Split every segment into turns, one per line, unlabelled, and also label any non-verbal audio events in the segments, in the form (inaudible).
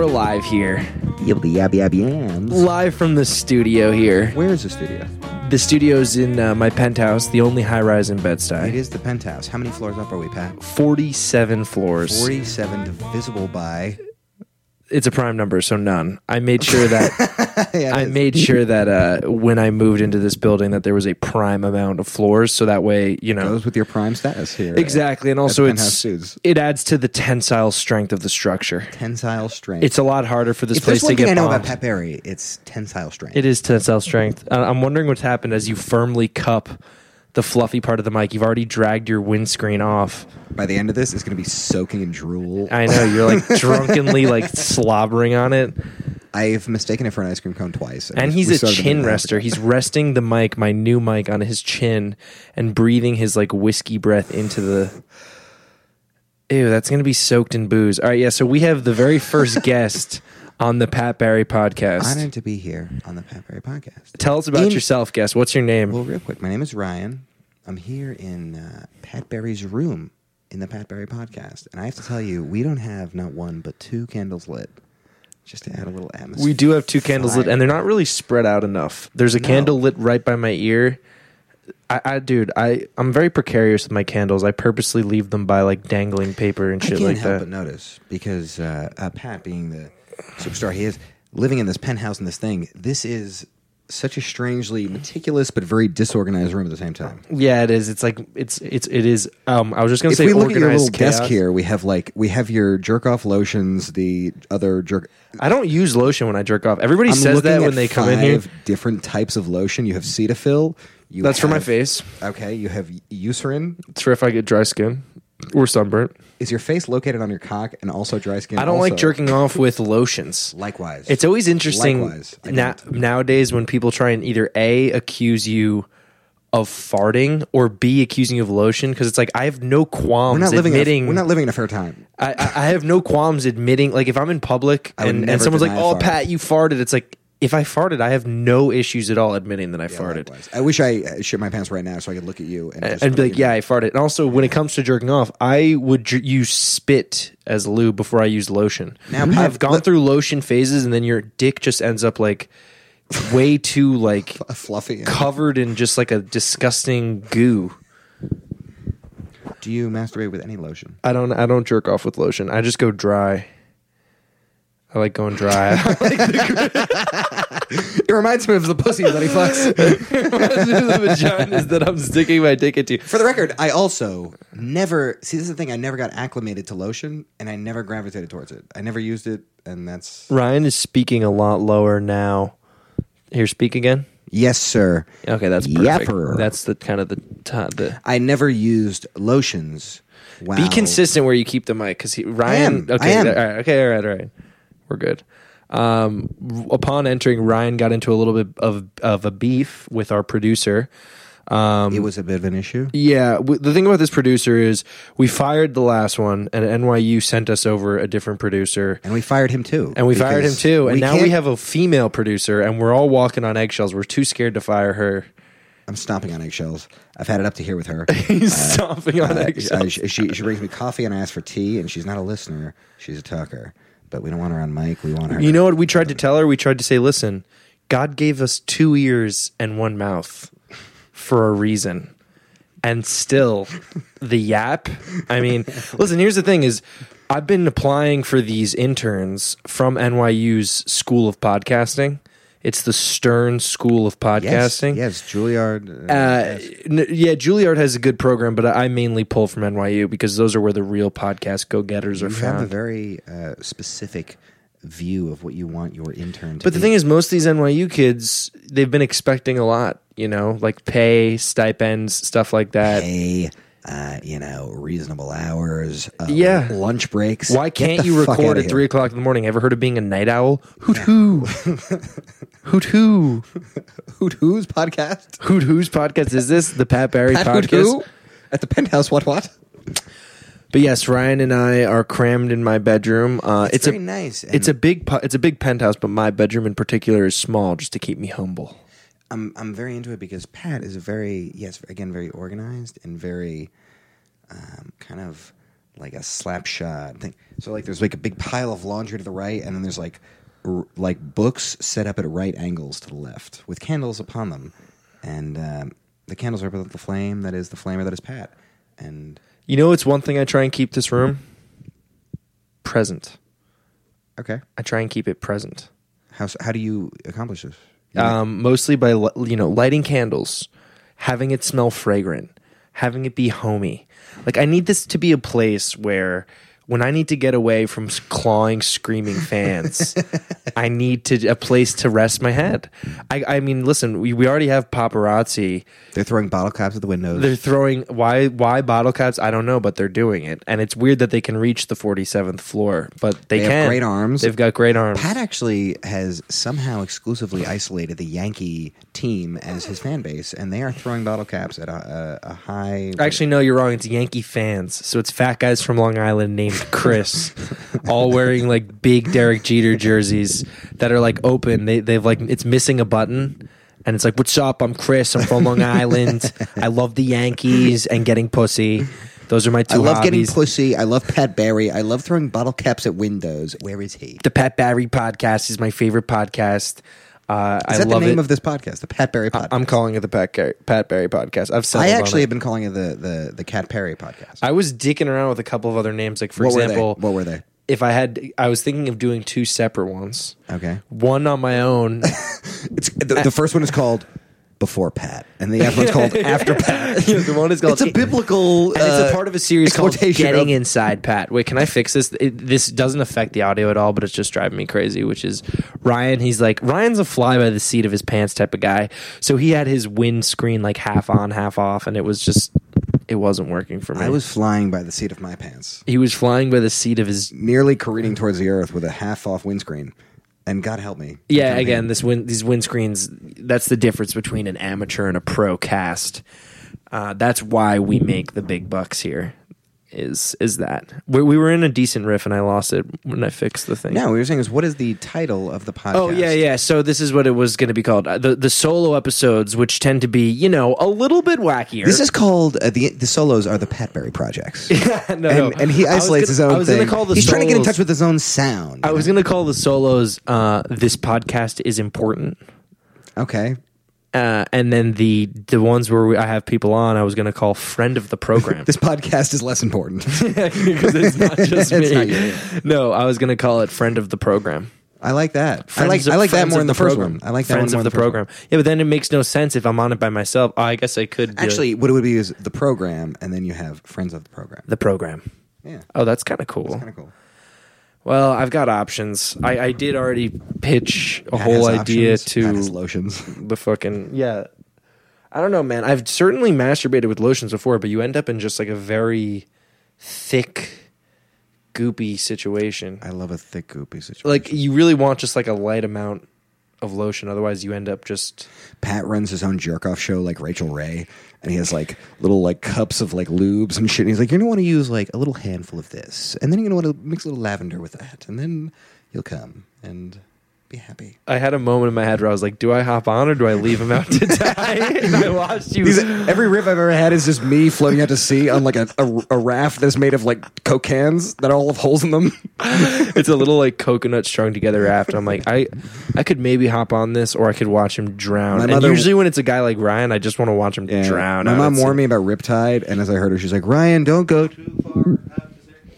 here,
Yibby yabby yabby yams.
live from the studio here.
Where is the studio?
The studio's in uh, my penthouse, the only high rise in Bed
It
Stuy.
is the penthouse. How many floors up are we, Pat?
47 floors.
47 divisible by.
It's a prime number, so none. I made sure that
(laughs) Yeah, it
I
is.
made sure that uh, when I moved into this building that there was a prime amount of floors, so that way you know
Goes with your prime status here.
exactly. And also,
Penthouse
it's
Suits.
it adds to the tensile strength of the structure.
Tensile strength.
It's a lot harder for this
if
place
there's
to
one
get
thing I know about
bombed.
Pat Barry, it's tensile strength.
It is tensile strength. Uh, I'm wondering what's happened as you firmly cup the fluffy part of the mic. You've already dragged your windscreen off.
By the end of this, it's going to be soaking in drool.
I know you're
(laughs)
like drunkenly like slobbering on it.
I've mistaken it for an ice cream cone twice.
And
we-
he's
we
a
started to
chin
make that
rester. He's resting the mic, my new mic, on his chin and breathing his like whiskey breath into the. Ew, that's gonna be soaked in booze. All right, yeah. So we have the very
(laughs)
first guest on the Pat Barry podcast.
Honored to be here on the Pat Barry podcast.
Tell us about
In-
yourself, guest. What's your name?
Well, real quick, my name is Ryan. I'm here in uh, Pat Barry's room in the Pat Barry podcast, and I have to tell you, we don't have not one but two candles lit, just to add a little atmosphere.
We do have two candles lit, and they're not really spread out enough. There's a candle lit right by my ear. I, I dude, I I'm very precarious with my candles. I purposely leave them by like dangling paper and
I
shit
can't
like
help
that.
but notice because uh, uh, Pat, being the superstar he is, living in this penthouse and this thing, this is such a strangely meticulous but very disorganized room at the same time.
yeah, it is. It's like it's it's it is. Um, I was just gonna
if
say
we look at your
organized
little desk
chaos.
here, we have like we have your jerk off lotions, the other jerk.
I don't use lotion when I jerk off. Everybody
I'm
says
looking
that
at
when they come in here.
five Different types of lotion. You have Cetaphil. You
That's for my
have-
face.
Okay, you have Eucerin.
It's for if I get dry skin or sunburnt.
Is your face located on your cock and also dry skin?
I don't like
also?
jerking off with lotions.
Likewise,
It's always interesting
Likewise, I
na- nowadays when people try and either A, accuse you of farting or B, accusing you of lotion because it's like I have no qualms
we're not living.
admitting.
In a, we're not living in a fair time.
I, I- I have no qualms admitting, like if I'm in public
would
and, and
never
someone's like,
deny a
oh,
fart."
Pat, you farted. It's like, if I farted, I have no issues at all admitting that I farted.
Likewise. I wish I uh, shit my pants right now so I could look at you and, just
And be like,
fucking-
yeah, I farted. And also, when it comes to jerking off, I would j- use spit as lube before I use lotion.
Now,
Now, I've
Pat,
gone through lotion phases, and then your dick just ends up like way too like
fluffy.
covered in just like a disgusting goo.
Do you masturbate with
(laughs)
any lotion?
I don't. I don't jerk off with lotion. I just go dry. I like going dry. (laughs)
It reminds me of the pussy that he fucks.
the vaginas that I'm sticking my dick into.
(laughs) For the record, I also never see. This is the thing. I never got acclimated to lotion, and I never gravitated towards it. I never used it, and that's
Ryan is speaking a lot lower now. Here, speak again.
yes, sir.
Okay, that's perfect.
Yapper.
That's the kind of the ti- the.
I never used lotions. Wow.
Be consistent where you keep the mic, because Ryan.
am, I
Okay,
am.
All right, okay, all right, all right. We're good. Um, r- upon entering, Ryan got into a little bit of of a beef with our producer. Um,
It was a bit of an issue.
yeah, w- the thing about this producer is we fired the last one, and NYU sent us over a different producer.
And we fired him too.
And we fired him
because
too. And now we
can't-
have a female producer, and we're all walking on eggshells. We're too scared to fire her.
I'm stomping on eggshells. I've had it up to here
(laughs)
with her.
He's (laughs) stomping on
Uh,
eggshells.
uh, she, she she brings me coffee and I ask for tea, and she's not a listener. She's a talker. But we don't want her on mic. We want her.
you know what we tried to tell her? We tried to say, listen, God gave us two ears and one mouth for a reason. And still, the yap. I mean, (laughs) listen, here's the thing is I've been applying for these interns from NYU's School of Podcasting. It's the Stern School of
yes,
Podcasting.
yes, Juilliard.
Uh, n- yeah, Juilliard has a good program, but I I mainly pull from NYU because those are where the real podcast go getters are
You have a
found.
very uh, specific view of what you want your intern to
But the thing is, most of these NYU kids, they've been expecting a lot, you know, like pay, stipends, stuff like that.
pay, uh, you know, reasonable hours, uh,
Yeah.
lunch breaks.
Why
Get
can't
the
you
fuck
record
outta
at
here.
three (laughs) o'clock in the morning? Ever heard of being a night owl? Hoot hoo,
(laughs)
hoot hoo,
Hoot Who's podcast?
hoot who's podcast is this? The Pat Barry
Pat Hoot
podcast.
Who? At the penthouse, what, what?
But yes, Ryan and I are crammed in my bedroom. Uh, it's
very
a,
nice and-
It's a big pu- it's a big penthouse, but my bedroom in particular is small, just to keep me humble.
I'm, I'm very into it because Pat is very, yes, again, very organized and very um, kind of like a slap shot thing. So like there's like a big pile of laundry to the right, and then there's like r- like books set up at right angles to the left with candles upon them, and um, the candles represent the flame that is the flamer that is Pat, and
You know, it's one thing I try and keep this room present.
okay,
I try and keep it present.
how s- how do you accomplish this? You
um, mostly by li- you know lighting candles, having it smell fragrant, having it be homey. Like I need this to be a place where when I need to get away from s- clawing, screaming fans,
(laughs)
I need to a place to rest my head. I, I mean, listen, we, we already have paparazzi.
They're throwing bottle caps at the windows.
They're throwing why why bottle caps? I don't know, but they're doing it, and it's weird that they can reach the forty seventh floor, but they,
They have
can.
great arms.
They've got great arms.
Pat actually has somehow exclusively isolated the Yankee team as his fan base, and they are throwing bottle caps at a, a, a high.
Actually, no, you're wrong. It's Yankee fans. So it's fat guys from Long Island named
(laughs)
Chris, all wearing like big Derek Jeter jerseys that are like open. They they've like it's missing a button, and it's like, "What's up? I'm Chris. I'm from Long
(laughs)
Island. I love the Yankees and getting pussy. Those are my two
I love getting
hobbies."
pussy. I love Pat Barry. I love throwing bottle caps at windows. Where is he?
the Pat Barry podcast is my favorite podcast. Uh,
Is
I
that
love
the
it.
name of this podcast? The Pat Barry podcast.
I'm calling it the Pat Barry, Pat Barry podcast. I've settled
I
on
actually
it.
have been calling it the the the Cat Perry podcast.
I was dicking around with a couple of other names, like for
what
example,
were they? What were they?
if I had, I was thinking of doing two separate ones.
Okay. Uh,
One on my own.
It's the, the first one is called Before Pat, and the other one's (laughs) called After Pat.
Yeah, the one is called.
It's a biblical.
and it's
uh,
a part of a series called
exploitation
"Getting
of-
Inside." Pat, wait, can I fix this? It, this doesn't affect the audio at all, but it's just driving me crazy. Which is Ryan. He's like Ryan's a fly by the seat of his pants type of guy. So he had his windscreen like half on, half off, and it was just it wasn't working for me.
I was flying by the seat of my pants.
he was flying by the seat of his
nearly careening towards the earth with a half off windscreen. And God help me.
Yeah, again, this win these windscreens. That's the difference between an amateur and a pro cast. Uh, that's why we make the big bucks here. Is is that we, we were in a decent riff and I lost it when I fixed the thing.
No, what we were saying is what is the title of the podcast?
Oh yeah, yeah. So this is what it was going to be called. Uh, the the solo episodes, which tend to be you know a little bit wackier. (laughs)
This is called uh, the the solos are the Pat Berry projects.
no,
and, and he isolates his own
I was
thing.
Gonna call the
He's trying to get in
solos-
touch with his own sound.
I was going to call the solos. Uh, this podcast is important.
okay.
uh, and then the the ones where we, I have people on, I was going to call friend of the program
(laughs) This podcast is
(laughs)
less important.
because it's not just
It's
me.
not you.
No, I was going to call it friend of the program.
I like that. I
Friends
like
of-
I like that
friends
more
of
than the, first
program.
one. I like that
friends
one more
of the
than first one.
program. Yeah, but then it makes no sense if I'm on it by myself. Oh, I guess I could do
Actually, what it would be is the program, and then you have friends of the program.
the program.
Yeah,
Oh, that's kind of cool.
kind of cool.
Well, I've got options. I, I did already pitch a
Pat
whole
has
idea
options.
to
Pat has lotions. (laughs)
the fucking yeah. I don't know, man. I've certainly masturbated with lotions before, but you end up in just like a very thick, goopy situation.
I love a thick goopy situation.
Like you really want just like a light amount of lotion, otherwise you end up just
Pat runs his own jerk off show like Rachel Ray, and he has like little like cups of like lubes and shit. And he's like, you're gonna want to use like a little handful of this, and then you're gonna want to mix a little lavender with that, and then you'll come and be happy.
I had a moment in my head where I was like, "Do I hop on or do I leave him out (laughs) to die?" and I watched you. (laughs)
These, every riff I've ever had is just me floating out to sea on like a, a, a raft that's made of like coke cans that all have holes in them.
it's a little like coconut strung together raft. I'm like, I, I could maybe hop on this, or I could watch him drown.
My
and
mother-
usually when it's a guy like Ryan, I just want to watch him drown.
My
out
mom
at sea.
warned me about Riptide, and as I heard her, she's like, Ryan, don't go too far. out to sea."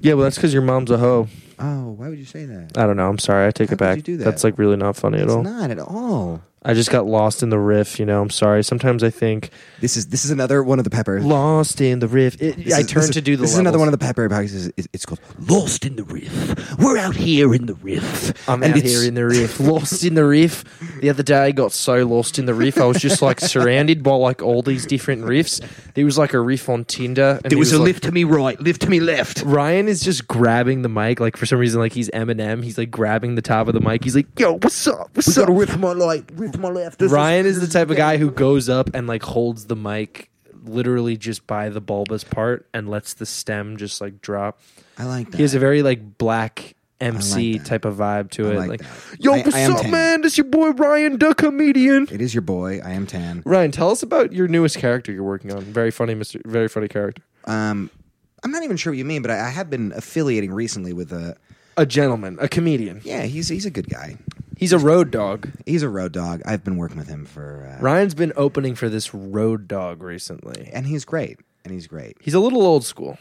Yeah, well, that's because your mom's a hoe.
Oh, why would you say that?
I don't know. I'm sorry. I take
How
it
could
back.
you do that?
That's like really not funny at all.
It's not at all.
I just got lost in the riff. You know, I'm sorry. Sometimes I think
This is this is another one of the peppers.
lost in the riff. It,
This
I
is-
turn
this is-
to do the.
This is another one
levels.
of the Pat Berry podcasts. It's, it's called Lost in the Riff. We're out here in the Riff.
I'm
And
out
it's-
here in the
(laughs)
riff, lost in the riff. The other day, I got so lost in the riff, I was just
(laughs)
like surrounded by like all these different riffs. There was like a riff on Tinder. And he
There was, a
like-
lift to me right, lift to me left.
Ryan is just grabbing the mic, like for some reason, like he's Eminem. He's like grabbing the top of the mic. He's like, "Yo, what's up? What's
We
up?"
got a riff to my right, riff to my left. This
Ryan is the type of guy who goes up and like holds the mic literally just by the bulbous part and lets the stem just like drop.
I like that.
He has a very like black MC
that.
type of vibe to it.
like
Like,
that.
yo,
I-
what's
I am
up,
tan.
man? This your boy Ryan, the comedian.
it is your boy. I am Tan.
Ryan, tell us about your newest character you're working on. Very funny, Mr. Very funny character.
Um, I'm not even sure what you mean, but I, I have been affiliating recently with a.
A gentleman, a comedian.
Yeah, he's he's a good guy.
He's a road dog.
He's a road dog. I've been working with him for, uh,
Ryan's been opening for this road dog recently.
and he's great. And he's great.
He's a little old school.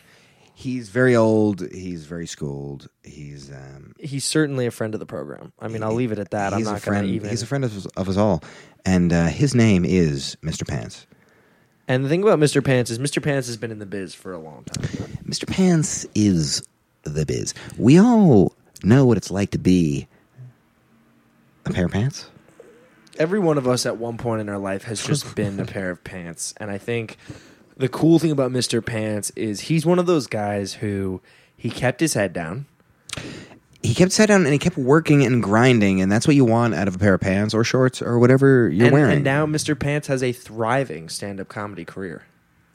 He's very old. He's very schooled. He's um,
He's certainly a friend of the program. I mean, I'll leave it at that. I'm
he's a
not going
friend.
to even.
He's a friend of, us- of us all, and uh, his name is Mr. Pants.
and the thing about Mr. Pants is Mr. Pants has been in the biz for a long time.
Mr. Pants is the biz. We all know what it's like to be a pair of pants.
Every one of us at one point in our life has
(laughs)
just been a pair of pants. And I think the cool thing about Mr. Pants is he's one of those guys who he kept his head down.
He kept his head down and he kept working and grinding, and that's what you want out of a pair of pants or shorts or whatever you're
and,
wearing.
and now Mr. Pants has a thriving stand up comedy career.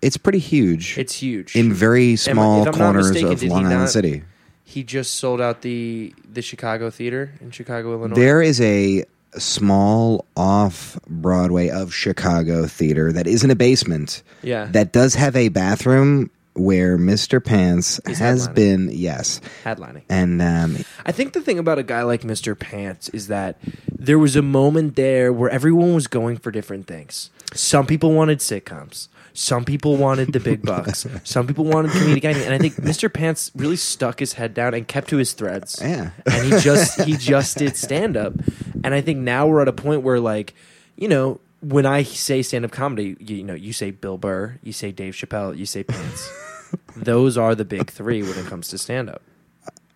it's pretty huge.
It's huge.
in very
Am I-
small
if I'm not
corners
mistaken,
of
did he
Long Island
not-
City.
He just sold out the the Chicago theater in Chicago, Illinois.
There is a small off Broadway of Chicago theater that isn't a basement.
Yeah.
That does have a bathroom where Mr. Pants has
headlining.
been, yes.
headlining.
And um,
I think the thing about a guy like Mr. Pants is that there was a moment there where everyone was going for different things. Some people wanted sitcoms. Some people wanted the big bucks. Some people wanted comedic acting. And I think Mr. Pants really stuck his head down and kept to his threads.
Yeah.
And he just he just did stand up. And I think now we're at a point where like, you know, when I say stand up comedy, you, you know, you say Bill Burr, you say Dave Chappelle, you say Pants. Those are the big three when it comes to stand up.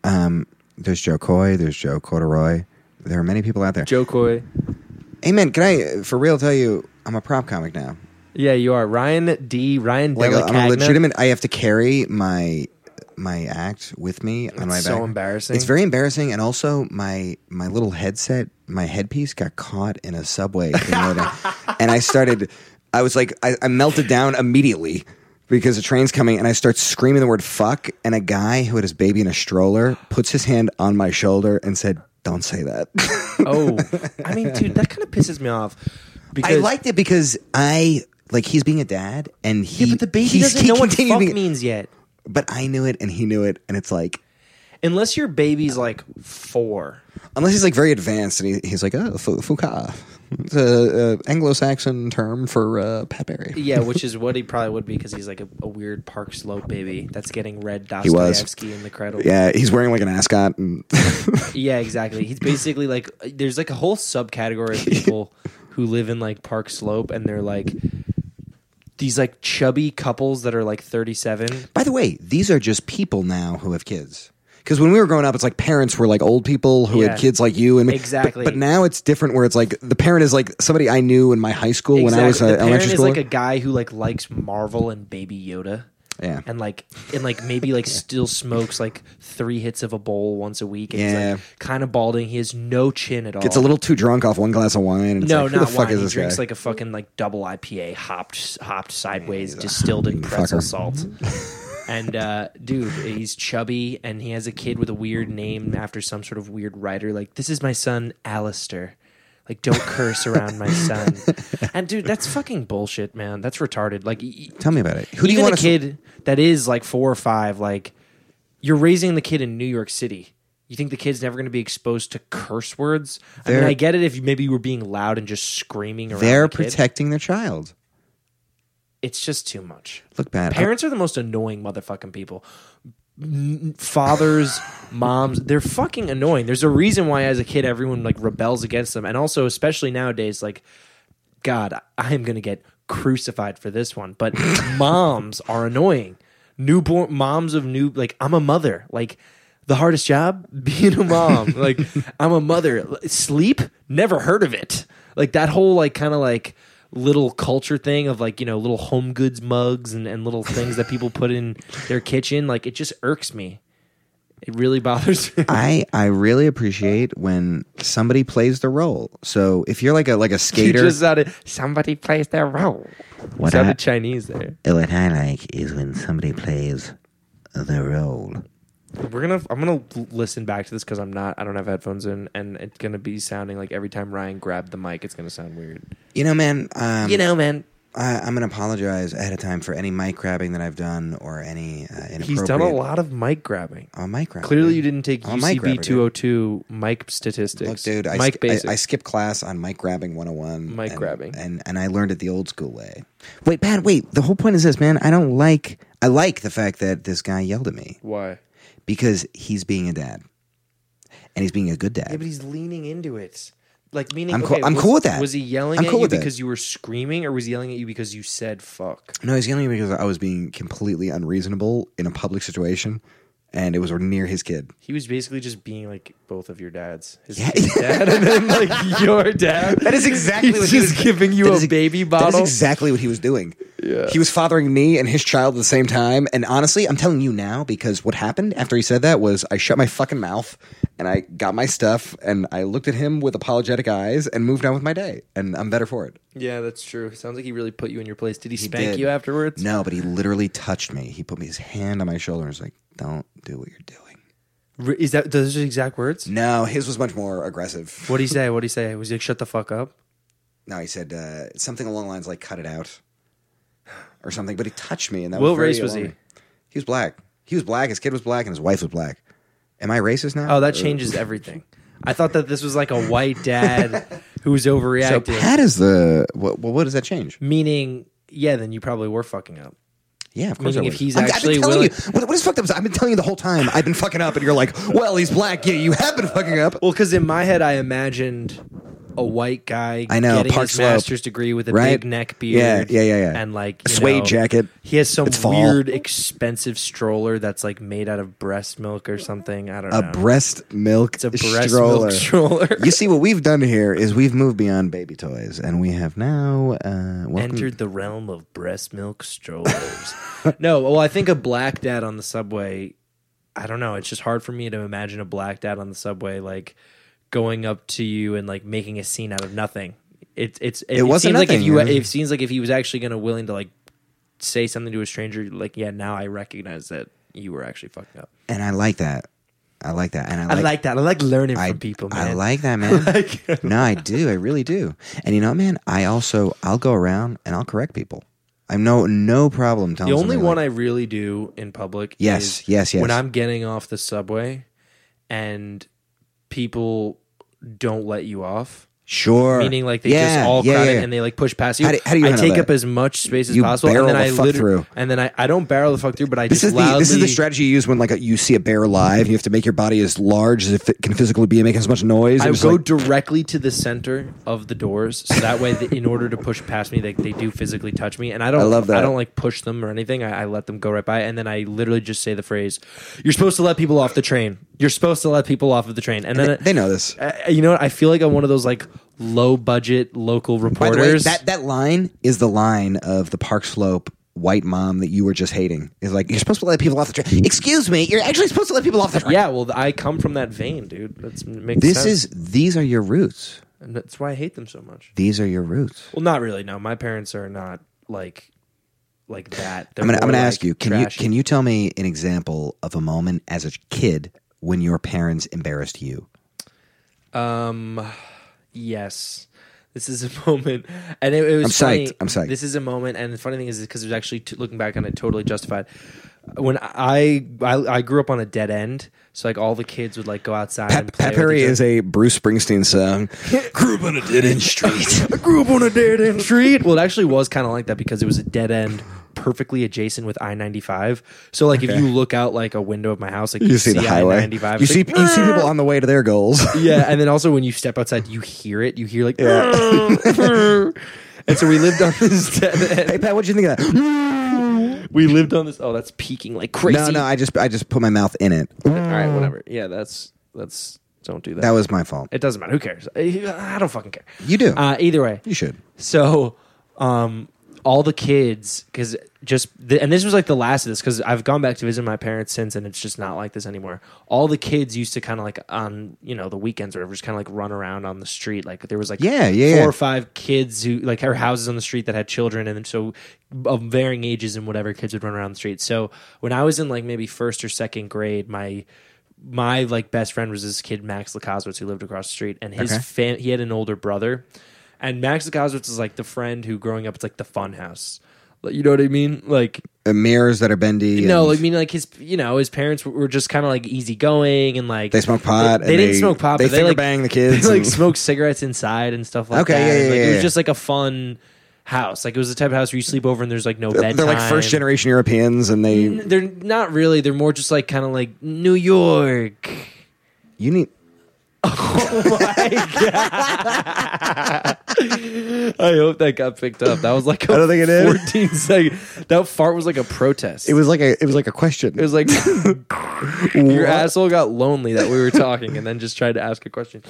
um, there's Joe Coy, there's Joe Corduroy. There are many people out there.
Joe Coy,
hey, man, can I, uh, for real, tell you, I'm a prop comic now.
Yeah, you are. Ryan D. Ryan
Like, I'm
Delacagna.
a legitimate, I have to carry my my act with me on my
It's so
back.
embarrassing.
It's very embarrassing, and also my my little headset, my headpiece got caught in a subway,
(laughs)
in Florida. and I started. I was like, I, I melted down immediately because the train's coming, and I start screaming the word "fuck." And a guy who had his baby in a stroller puts his hand on my shoulder and said, "Don't say that." (laughs)
(laughs) Oh, I mean, dude, that kind of pisses me off. Because
I liked it because I like he's being a dad, and he
yeah, but the baby
he's-
doesn't
he
know what
continued
fuck
being-
means yet.
But I knew it, and he knew it, and it's like.
Unless your baby's like four.
unless he's like very advanced and he, he's like, oh, fu- fuka. It's a, uh Anglo-Saxon term for uh, Pat Barry.
Yeah, which is what he probably would be because he's like a, a weird Park Slope baby that's getting read
was.
Dostoevsky in the cradle.
Yeah, he's wearing like an ascot. And (laughs)
Yeah, exactly. He's basically like there's like a whole subcategory of (laughs) people who live in like Park Slope and they're like these like chubby couples that are like 37
by the way, these are just people now who have kids. Because when we were growing up, it's like parents were like old people who
Yeah.
had kids like you and me. But-
Exactly.
But, now it's different, where it's like the parent is like somebody I knew in my high school when I was
Exactly.
uh,
the parent
elementary
is
school.
like a guy who like likes Marvel and Baby Yoda.
Yeah.
And like and like maybe like still smokes like three hits of a bowl once a week and
Yeah.
he's like kind of balding. He has no chin at all.
it's a little too drunk off one glass of wine. And it's
no,
like, who
not
the fuck
wine.
is
he
this
drinks
guy?
like a fucking like double IPA hopped hopped sideways, distilled in pretzel
fucker.
salt.
(laughs)
and uh, dude, he's chubby and he has a kid with a weird name after some sort of weird writer. Like, this is my son, Alistair. Like, don't curse around my
(laughs)
son. And dude, that's fucking bullshit, man. That's retarded. Like, y- y-
Tell me about it. Who do you
even
want
a kid that is like four or five, like you're raising the kid in New York City. You think the kid's never going to be exposed to curse words? I mean,
They're-
I get it if you, maybe you were being loud and just screaming around.
They're
the kid.
protecting their child.
It's just too much.
Look, bad.
Parents are the most annoying motherfucking people. N- Fathers, (laughs) moms, they're fucking annoying. There's a reason why as a kid everyone like rebels against them. And also especially nowadays like god, I am going to get crucified for this one, but moms are annoying. Newborn moms of new like I'm a mother. Like the hardest job (laughs) being a mom. like I'm a mother. Sleep? Never heard of it. Like that whole like kind of like little culture thing of like you know little home goods mugs and, and little things that people put in their kitchen like it just irks me it really bothers me (laughs)
I I really appreciate when somebody plays the role. So if you're like a like a
you
skater,
just sounded somebody plays their role
What
sounded
I-
chinese there
what I like is when somebody plays the role.
we're gonna i'm gonna l- listen back to this because i'm not i don't have headphones in and it's gonna be sounding like every time ryan grabbed the mic it's gonna sound weird
You know, man. Um,
you know man
I, I'm going to apologize ahead of time for any mic grabbing that I've done or any uh, inappropriate.
He's done a lot of mic grabbing.
Uh, mic grabbing.
Clearly, you didn't take
I'm a mic grabber,
UCB
dude.
202 mic statistics.
Look, dude, I,
mic
sk-
basics.
I, I skipped class on mic grabbing 101.
Mic
and,
grabbing.
And, and I learned it the old school way. Wait, Pat, wait. The whole point is this, man. I don't like, I like the fact that this guy yelled at me
Why?
because he's being a dad. And he's being a good dad.
Yeah, but he's leaning into it. Like meaning,
I'm cool-
okay,
I'm
was-
cool with that.
Was he yelling
I'm
at
cool
you
with it.
because you were screaming, or was he yelling at you because you said "fuck"?
no, he's yelling at me because I was being completely unreasonable in a public situation and it was near his kid.
He was basically just being like both of your dads, his
Yeah.
kid's dad and then
(laughs)
like your dad.
That is exactly
He's
what he
just
was-
giving you
that
a
is ex-
baby
That
bottle.
is exactly what he was doing.
Yeah.
He was fathering me and his child at the same time. And honestly, I'm telling you now because what happened after he said that was I shut my fucking mouth and I got my stuff and I looked at him with apologetic eyes and moved on with my day. And I'm better for it.
yeah, that's true. Sounds like he really put you in your place. Did he, spank
did.
you afterwards?
No, but he literally touched me. He put his hand on my shoulder and was like, don't do what you're doing.
Re- Is that those are his exact words?
No, his was much more aggressive.
What would he say? What would he say? Was he like, "Shut the fuck up"?
No, he said uh, something along the lines like "cut it out" or something. But he touched me, and that
What
was very
race was he?
alarming. He was black. He was black. His kid was black, and his wife was black. Am I racist now?
Oh, that
Or-
changes everything. I thought that this was like a white
(laughs)
dad who was
So
overreacting,
Pat is the what? Well, what does that change?
meaning, yeah, then you probably were fucking up.
Yeah, of course.
Meaning if
I would.
he's
I've- I've,
actually
been telling
willing-
you what, what is fucked up. is I've been telling you the whole time. I've been fucking up, and you're like, "Well, he's black. Yeah, you have been fucking up."
Well, because in my head, I imagined a white guy
I know,
getting
Park
his
Slope,
master's degree with a
right?
big neck
Yeah,
beard.
yeah, yeah, yeah.
And like
A
you
suede
know,
jacket.
He has some
It's fall.
weird, expensive stroller that's like made out of breast milk or something. I don't
A
know.
breast milk
it's a breast
stroller.
milk (laughs) stroller.
you see, what we've done here is we've moved beyond baby toys, and we have now uh, welcomed-
entered the realm of breast milk strollers. (laughs) no, well, I think a black dad on the subway. I don't know. It's just hard for me to imagine a black dad on the subway like going up to you and like making a scene out of nothing. It, it's it, it
wasn't
seems like if
nothing,
you
man.
it seems like if he was actually gonna willing to like say something to a stranger like yeah now I recognize that you were actually fucked up.
and I like that. I like that, and I
I
like,
like, that. I like learning
I,
from people. Man.
I
(laughs)
like that, man.
Like-
no, I do. I really do. And you know, what, man, I also I'll go around and I'll correct people. I have no no problem telling.
The only
somebody,
one
like,
I really do in public.
Yes,
is
yes, yes.
When I'm getting off the subway, and people don't let you off,
sure,
meaning like they
Yeah,
just all
yeah,
crowd
yeah,
in
yeah.
and they like push past you.
How do- how do you
I
handle
take
that?
up as much space as
You
possible,
barrel
and then
the
I
fuck
literally,
through.
and then I, I don't barrel the fuck through, but I
this
just
is the
loudly.
this is the strategy you use when like you see a bear live. You have to make your body as large as it fit- can physically be, and make as much noise. It
I
was
go
like-
directly to the center of the doors, so that way, the, in order to push past me, they, they do physically touch me, and I don't.
I love
I
that.
don't like push them or anything. I, I let them go right by, and then I literally just say the phrase, "You're supposed to let people off the train. You're supposed to let people off of the train." And then
they know this.
Uh, you know what? I feel like I'm one of those like low budget local
By the way,
reporters.
that that line is the line of the Park Slope white mom that you were just hating. Is like you're supposed to let people off the train. Excuse me, you're actually supposed to let people off the train.
yeah, well, I come from that vein, dude. That's makes
This
sense.
is these are your roots.
and that's why I hate them so much.
These are your roots.
Well, not really. No, my parents are not like like that. They're
I'm gonna, I'm
more,
gonna
like,
ask you. Can
trashy.
you can you tell me an example of a moment as a kid when your parents embarrassed you?
Um, yes. This is a (laughs) moment, and it, it was.
I'm
funny.
psyched. I'm psyched.
This is a moment, and the funny thing is, because it was actually t- looking back on it, totally justified. When I, I I grew up on a dead end, so like all the kids would like go outside. and play with each other.
a Bruce Springsteen song. (laughs) grew up on a dead end street.
I grew up on a dead end street. (laughs) Well, it actually was kind of like that because it was a dead end, perfectly adjacent with I ninety five. So like if you look out like a window of my house, like you,
(laughs) you see (laughs) the highway.
I ninety five.
You see you see people on the way to their (laughs) goals.
(laughs) yeah, and then also when you step outside, you hear it. You hear like, (laughs) and so we lived on this
(laughs)
dead end.
hey Pat, what do you think of (laughs) that?
We lived on this. Oh, that's peaking like crazy.
no, no, I just I just put my mouth in it.
All right, whatever. Yeah, that's that's. Don't do that.
That was my fault.
it doesn't matter. Who cares? I don't fucking care.
You do.
Uh, either way,
you should.
So, um, all the kids, because just the, and this was like the last of this because I've gone back to visit my parents since, and it's just not like this anymore. All the kids used to kind of like on you know the weekends or whatever, just kind of like run around on the street. Like there was like
Yeah, yeah,
four
yeah.
or five kids who like our houses on the street that had children, and so of varying ages and whatever kids would run around the street. So when I was in like maybe first or second grade, my my like best friend was this kid Max Lacazowitz who lived across the street, and his
Okay.
fam- he had an older brother, And Max Goslitz is like the friend who, growing up, it's like the fun house. Like, You know what I mean? Like
Uh, mirrors that are bendy.
no,
and
I mean like his, you know, his parents were- were just kind of like easygoing and like
They smoke pot
They,
and
didn't
they-
smoke pot.
they
but they
finger
like
bang the
(laughs)
kids
They like
and-
smoked cigarettes inside and stuff like
Okay,
that.
yeah, yeah,
like, It
yeah.
was just like a fun house. Like it was the type of house where you sleep over and there's like no bedtime.
they're like first generation Europeans, and they
They're not really. They're more just like kind of like New York.
you need.
I hope that got picked up. That was like I
don't think it did.
14 second. That fart was like a protest.
It was like a it was like a question.
It was like
(laughs)
your asshole got lonely that we were talking and then just tried to ask a question.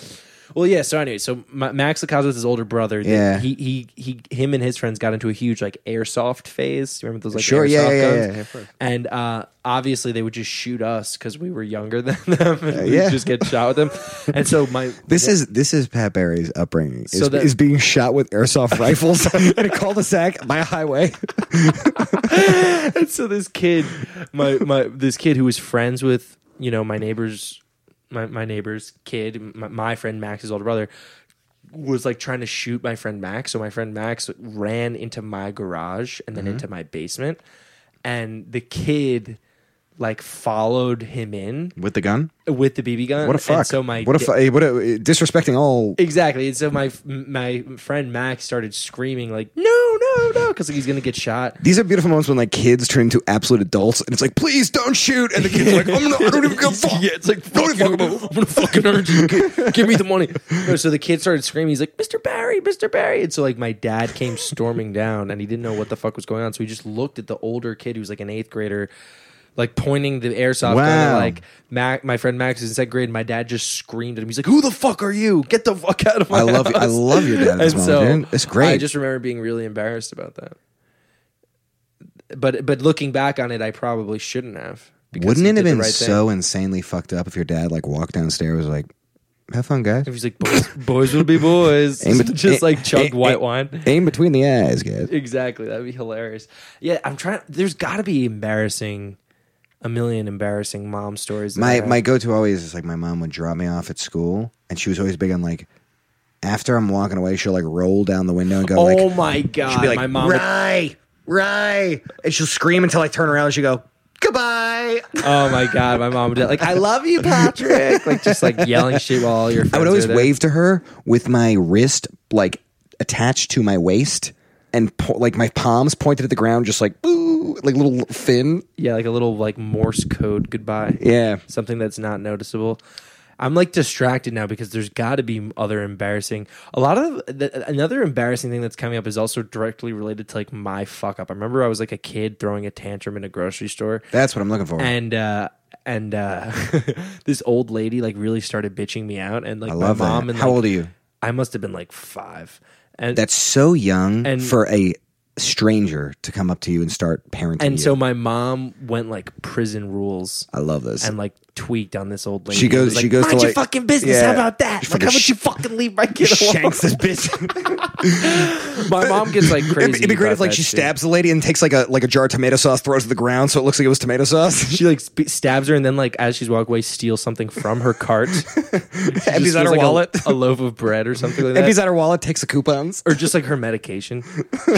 Well, yeah. So anyway, so Ma- Max Lacazo's his older brother. they-
Yeah.
He he he. Him and his friends got into a huge like airsoft phase. You remember those like
Sure,
Airsoft
yeah, yeah, yeah,
guns?
yeah, of course.
And uh, obviously they would just shoot us because we were younger than (laughs) them. And we'd
Uh, yeah.
Just get shot with them. And so my
(laughs) This is this is Pat Barry's upbringing. Is,
So that-
is being shot with airsoft
(laughs)
rifles (laughs) in a cul-de-sac by a highway.
(laughs) And so this kid, my my this kid who was friends with you know my neighbor's my my neighbor's kid, my, my friend Max's older brother, was like trying to shoot my friend Max. So my friend Max ran into my garage and then
Mm-hmm.
into my basement, and the kid like followed him in
With the gun?
with the BB gun.
What a
And
fuck!
so my
what a
da-
fu- eh, what a disrespecting all.
Exactly. And so my my friend Max started screaming like, "No, no, no!" Because he's gonna get shot.
These are beautiful moments when like kids turn into absolute adults, and it's like, please don't shoot, and the kids are like, I'm not, I don't even give a (laughs)
(laughs)
fuck.
Yeah, it's like fuck you, I'm, gonna, I'm gonna fucking hurt you. Give, give me the money. No, so the kid started screaming. He's like, "Mr. Barry, Mr. Barry!" And so like my dad came storming down, and he didn't know what the fuck was going on. So he just looked at the older kid who's like an eighth grader, like pointing the airsoft gun. at,
Wow.
Like Mac, my friend Max is in second grade. And my dad just screamed at him. He's like, "Who the fuck are you? Get the fuck out of my
I love you- I
house."
love your
(laughs)
dad at this
And
moment, dude. It's great.
I just remember being really embarrassed about that. But but looking back on it, I probably shouldn't have. because
Wouldn't
he
it have
did the
been
right thing.
so insanely fucked up if your dad like walked downstairs was like, have fun, guys.
If he's like, boys, (laughs) boys will be boys.
Aim
(laughs)
bet-
Just like chug
aim-
white
aim-
wine.
Aim between the eyes, guys.
Exactly. That'd be hilarious. Yeah, I'm trying. There's got to be embarrassing, a million embarrassing mom stories. that I
My
have.
my go to always is like my mom would drop me off at school, and she was always big on like. After I'm walking away, she'll like roll down the window and go
oh
like,
my god,
She'd be like,
my mom. would-
Rye, Rye. And she'll scream until I turn around and she'll go, goodbye.
(laughs) oh my god, my mom would like, I love
(laughs)
you, Patrick. like just like yelling shit while all your. Friends
I would always
are there.
wave to her with my wrist like attached to my waist and po- like my palms pointed at the ground, just like boo, like little fin.
Yeah, like a little like Morse code goodbye.
Yeah.
something that's not noticeable. I'm like distracted now because there's got to be other embarrassing. A lot of the, another embarrassing thing that's coming up is also directly related to like my fuck up. I remember I was like a kid throwing a tantrum in a grocery store,
That's what I'm looking for.
and uh, and uh, (laughs) this old lady like really started bitching me out, and like
I
my
love
mom
that.
and
How
like,
old are you?
I must have been like five, and
That's so young
And-
for a stranger to come up to you and start parenting
and
you.
so my mom went like prison rules.
I love this. (laughs)
and (laughs) like tweaked on this old lady.
She goes-
It was
she goes to,
mind your
like-
fucking business.
Yeah.
How about that?
She
Like,
fucking
how about
sh-
you fucking leave my
(laughs)
kid alone?
this (laughs) bitch.
(laughs) My mom gets like crazy.
It'd, it'd be great
about
if like
that
she
shit.
stabs the lady and takes like a like a jar of tomato sauce, throws it to the ground, so it looks like it was tomato sauce.
(laughs)
(laughs)
She like sp- stabs her, and then like as she's walking away, steals something from her cart.
(laughs)
She just
Empties
steals,
out her
like, a-
wallet.
a, loaf of bread or something like that,
Empties out her wallet, takes the coupons. (laughs)
or just like her medication.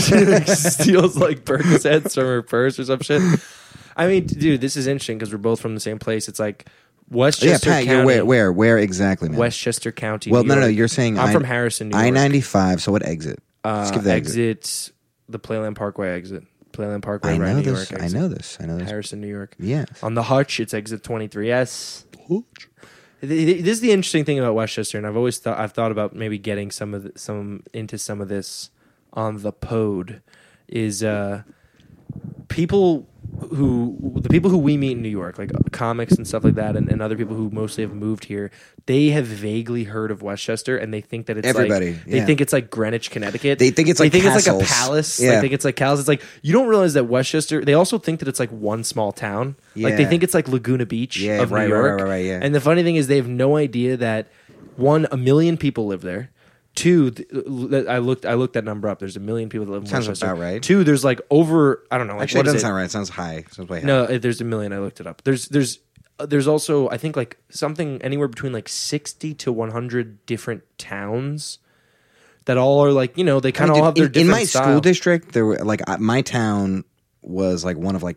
she like, steals like Percocets from her purse or some shit. I mean, dude, this is interesting because we're both from the same place. It's like Westchester
Oh, yeah, Pat,
County.
you're where where where exactly, man?
Westchester County.
Well,
New
no, no, no.
York.
You're saying
I'm
I-
from Harrison, New
I
York.
ninety five. So what exit? Let's
Uh,
give the exit.
exit. the Playland Parkway exit. Playland Parkway,
I
right?
know
New
this.
York
I
exit.
know this. I know this.
Harrison, New York.
Yes.
On the Hutch, it's exit 23S. Th- th- This is the interesting thing about Westchester, and I've always thought I've thought about maybe getting some of the, some into some of this on the pod. Is uh, people who the people who we meet in New York, like comics and stuff like that, and, and other people who mostly have moved here, they have vaguely heard of Westchester, and they think that it's like-
Everybody,
they
yeah.
think it's like Greenwich, Connecticut.
They think it's like
they think it's like a
castles.
palace.
Yeah.
Like they think it's like cows. It's like you don't realize that Westchester. They also think that it's like one small town. Like they
Yeah.
think it's like Laguna Beach
Yeah,
of
right,
New
right,
York.
right, right, right, yeah.
And the funny thing is, they have no idea that one, a million people live there. Two, th- l- I looked. I looked that number up. There's a million people that live in
Sounds
Westchester.
about right.
Two, there's like over. I don't know. Like,
Actually, it
what is
doesn't
it?
sound right. It sounds high. It sounds way high.
No, uh, there's a million. I looked it up. There's there's uh, there's also I think like something anywhere between like sixty to one hundred different towns that all are like you know they kind of all have their
in, in
different
my
style.
school district, there were like I- my town was like one of like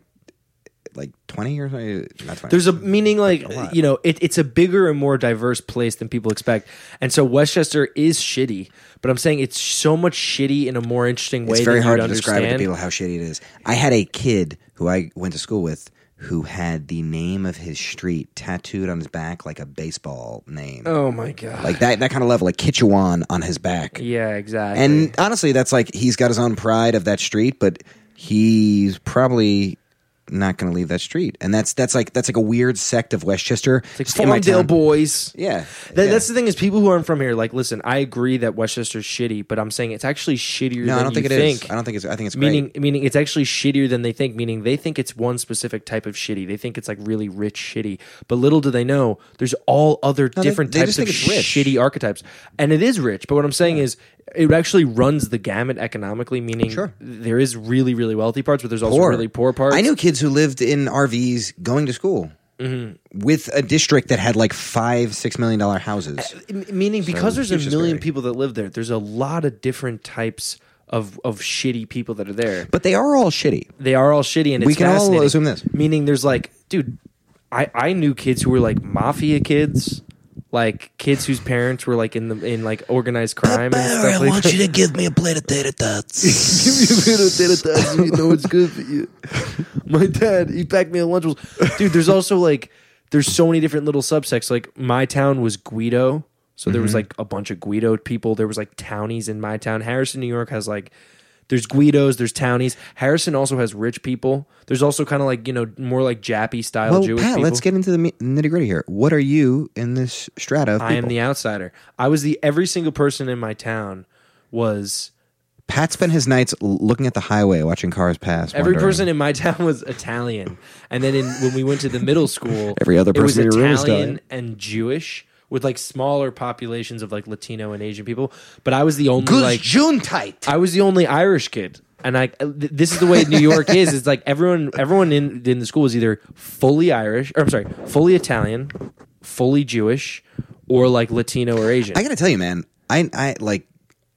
like twenty or something. Not twenty.
There's a meaning like,
lot.
you know, it, it's a bigger and more diverse place than people expect. And so Westchester is shitty, but I'm saying it's so much shitty in a more interesting way
it's very
than
hard to
you'd
describe it to
understand.
people how shitty it is. I had a kid who I went to school with who had the name of his street tattooed on his back like a baseball name,
Oh my god.
like that that kind of level, like Kichewan on his back.
yeah, exactly.
And honestly, that's like he's got his own pride of that street, but he's probably not going to leave that street. And that's that's like that's like a weird sect of Westchester.
like
Just in my
Farmdale
town.
boys.
Yeah,
That,
yeah.
That's the thing is people who aren't from here. Like, listen, I agree that Westchester's shitty, but I'm saying it's actually shittier.
no.
than
I don't think it
you
is.
think.
I don't think it's. I think it's
meaning
great.
meaning it's actually shittier than they think meaning they think it's one specific type of shitty they think it's like really rich shitty but little do they know there's all other
they-
different
they
types
just
of
think it's rich.
shitty archetypes and it is rich but what i'm saying is it actually runs the gamut economically meaning
Sure.
there is really really wealthy parts but there's also really poor parts
I knew kids who lived in RVs going to school
Mm-hmm.
with a district that had like five, six million dollar houses.
M- meaning because there's a
huge
million
disparity.
people that live there there's a lot of different types of of shitty people that are there
But they are all shitty.
they are all shitty and it's
We can all
fascinating.
assume this.
meaning there's like dude i i knew kids who were like mafia kids like kids whose parents were like in the in like organized crime and stuff like that.
to give me a plate of tater (laughs) tots.
you know it's good for you my dad he packed me a lunch dude there's also like there's so many different little subsects like my town was guido so there was
Mm-hmm.
like a bunch of guido people there was like townies in my town harrison new york has like there's guidos there's townies harrison also has rich people there's also kind of like you know more like jappy style
well,
jewish
Pat,
people
let's get into the nitty gritty here. What are you in this strata of
i am
people?
the outsider i was the every single person in my town was
Pat spent his nights l- looking at the highway, watching cars pass.
Every
wondering-
person in my (laughs) town was Italian, and then in, when we went to the middle school,
(laughs) Every other
it was
person in your room
Italian,
was Italian.
and Jewish, with like smaller populations of like Latino and Asian people. But I was the only
Goose
like
June tight.
I was the only Irish kid, and I uh, th- this is the way New York is. It's like everyone everyone in in the school is either fully Irish, or I'm sorry, fully Italian, fully Jewish, or like Latino or Asian.
I gotta tell you, man. I I like.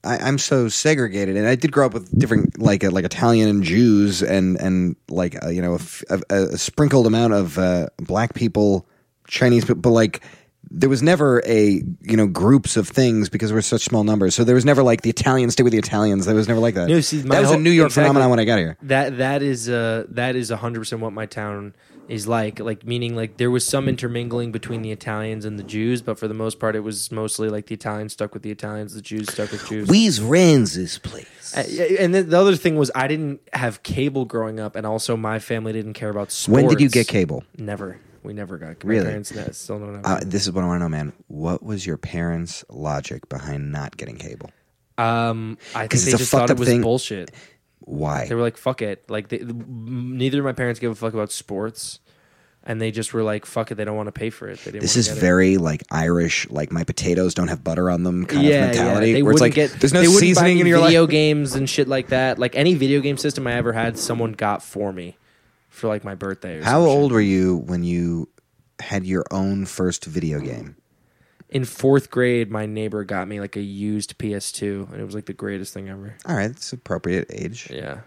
I, I'm so segregated, and I did grow up with different, like uh, like Italian and Jews, and and like uh, you know a, f- a- a sprinkled amount of uh, black people, Chinese people, but like there was never a you know groups of things because we're such small numbers. So there was never like the Italians stay with the Italians. There was never like that.
No, see, my
that was
whole-
a New York
exactly.
phenomenon when I got here.
that that is uh that is 100% what my town is like like meaning like there was some intermingling between the Italians and the Jews but for the most part it was mostly like the Italians stuck with the Italians the Jews stuck with Jews
We's ran this place.
Uh, yeah, and then the other thing was I didn't have cable growing up and also my family didn't care about sports
When did you get cable?
never we never got
Really?
my parents ne- still don't have
Uh, this is what I want to know, man. What was your parents' logic behind not getting cable?
um I think
it's
they
a
just thought
fucked
it
up
was
thing.
bullshit
Why?
They were like, "Fuck it!" Like, they, m- neither of my parents gave a fuck about sports, and they just were like, "Fuck it!" They don't want to pay for it. They didn't
This
wanna
is
get it.
very like Irish, like my potatoes don't have butter on them kind
yeah,
of mentality.
yeah. They
where it's
wouldn't
like
get.
there's no
they wouldn't buy
seasoning
me
in your
video
life.
games and shit like that. Like any video game system I ever had, someone got for me for like my birthday. Or
How
some shit.
old were you when you had your own first video game?
In fourth grade, my neighbor got me like a used PS2, and it was like the greatest thing ever.
All right, that's appropriate age.
Yeah,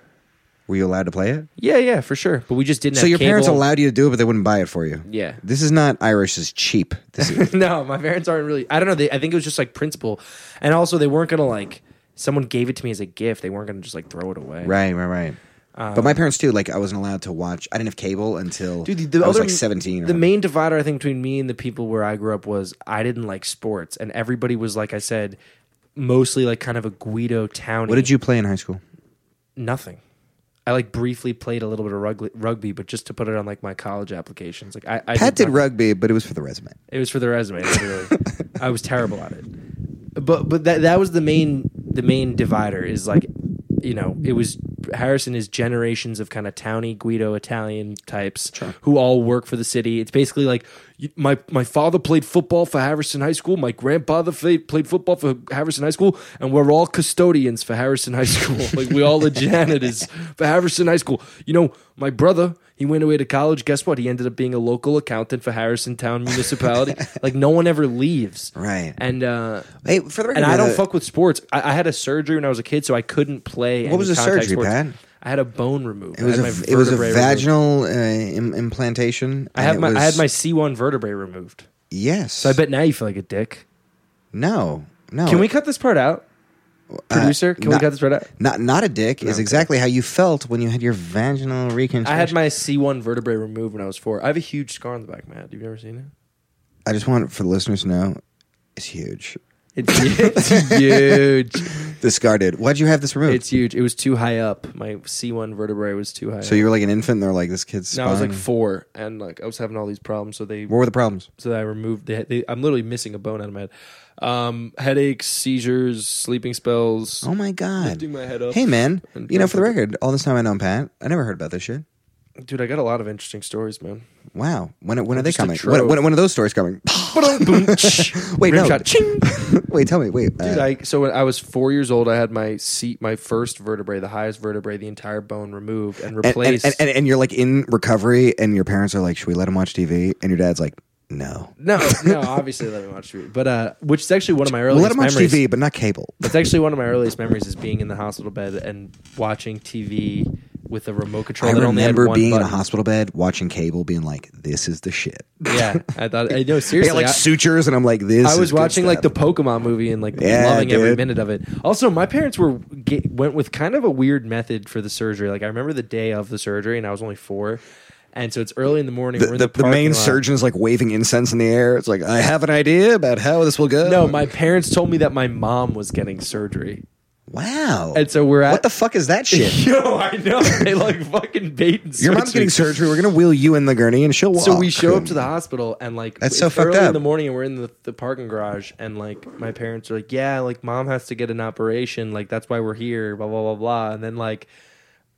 Were you allowed to play it?
yeah, yeah, for sure. But we just didn't.
So
have
your parents
cable.
allowed you to do it, but they wouldn't buy it for you.
Yeah. (laughs)
This is not Irish. Is cheap. This is,
no, my parents aren't really. I don't know. They, I think it was just like principle, and also they weren't gonna like. Someone gave it to me as a gift. They weren't gonna just like throw it away.
right, right, right. but my parents too. Like I wasn't allowed to watch. I didn't have cable until
Uh, Dude, the, the
I was
other,
like seventeen. or
The
something.
main divider, I think, between me and the people where I grew up was I didn't like sports, and everybody was like I said, mostly like kind of a Guido town.
what did you play in high school?
Nothing. I like briefly played a little bit of rugby, rugby but just to put it on like my college applications. Like I, I
Pat did
nothing.
rugby, but it was for the resume.
It was for the resume.
(laughs)
Literally. I was terrible at it. But but that that was the main the main divider is like you know it was Harrison is generations of kind of towny Guido Italian types who all work for the city. It's basically like you- my my father played football for Harrison High School. My grandfather played, played football for Harrison High School, and we're all custodians for Harrison High School. (laughs) like we all are janitors for Harrison High School. You know, my brother he went away to college. Guess what? He ended up being a local accountant for Harrison Town Municipality. like no one ever leaves,
Right.
And uh,
Hey, for the record,
and I don't
the-
fuck with sports. I, I had a surgery when I was a kid, so I couldn't play. any
was the
contact
surgery,
sports.
Pat?
I had a bone removed.
It was
I had
a
my
it was a
vertebrae removed.
vaginal uh, Im- implantation.
I
and
had
it
my
was-
I had my C1 vertebrae removed.
yes.
So I bet now you feel like a dick.
no no. Uh,
Can we cut this part out? Producer, can we
not-
cut this part out?
Not not a dick is exactly how you felt when you had your vaginal reconstruction.
I had my C1 vertebrae removed when I was four. I have a huge scar on the back of my head. Have you ever seen it?
I just want for the listeners to know, it's huge. (laughs)
It's, it's huge.
The scar did. Why'd you have this removed?
It's huge. It was too high up. My C1 vertebrae was too high.
so
up.
you were like an infant, and they're like, "This kid's."
No, I was like
spine-
four, and like I was having all these problems. So they
what were the problems?
so I removed. They, they, I'm literally missing a bone out of my head. Um, headaches, seizures, sleeping spells.
Oh my god!
Lifting my head up.
Hey man,
And
you know, for the record, all this time I know Pat, I never heard about this shit.
Dude, I got a lot of interesting stories,
(laughs)
man.
Wow, when when are they
Just a
coming?
trove.
When, when, when are those stories coming?
(laughs)
(laughs)
Wait, (laughs)
wait, no.
Shot.
(laughs)
Ching.
wait, tell me. Wait,
Dude,
uh,
I so when I was four years old, I had my seat, my first vertebrae, the highest vertebrae, the entire bone removed and
and, and,
replaced.
and, and and you're like in recovery, and your parents are like, "Should we let him watch TV?" And your dad's like, "No, (laughs)
no, no, obviously let me watch TV, but uh, which is actually one of my
we'll
earliest
let him watch
memories.
TV, but not cable."
It's actually one of my earliest memories is being in the hospital bed and watching TV with a remote control.
I
that only had
remember
one
being in a
button.
hospital bed, watching cable, being like, "This is the shit."
Yeah, I thought. I know
(laughs) They
seriously.
had like
I-
sutures, and I'm like, "This."
I
is
was
good
watching like the
stuff."
Pokemon movie and like
Yeah,
loving every
dude.
minute of it. Also, my parents were ge- went with kind of a weird method for the surgery. Like I remember the day of the surgery, and I was only four, and so it's early in the morning.
the,
we're
the,
in
the,
parking
main
lot.
surgeon's like waving incense in the air. It's like, I have an idea about how this will go.
No, my parents told me that my mom was getting surgery,
wow.
and so we're at
what the fuck is that
(laughs)
shit?
Yo, I know they like fucking bait and
Your mom's
surgery.
getting surgery. We're gonna wheel you in the gurney, and she'll walk.
So we show up to the hospital and like
Oh, That's so
it's
fucked
early in
up.
the morning and we're in the, the parking garage and like my parents are like, Yeah, like mom has to get an operation, like that's why we're here, blah blah blah blah. And then like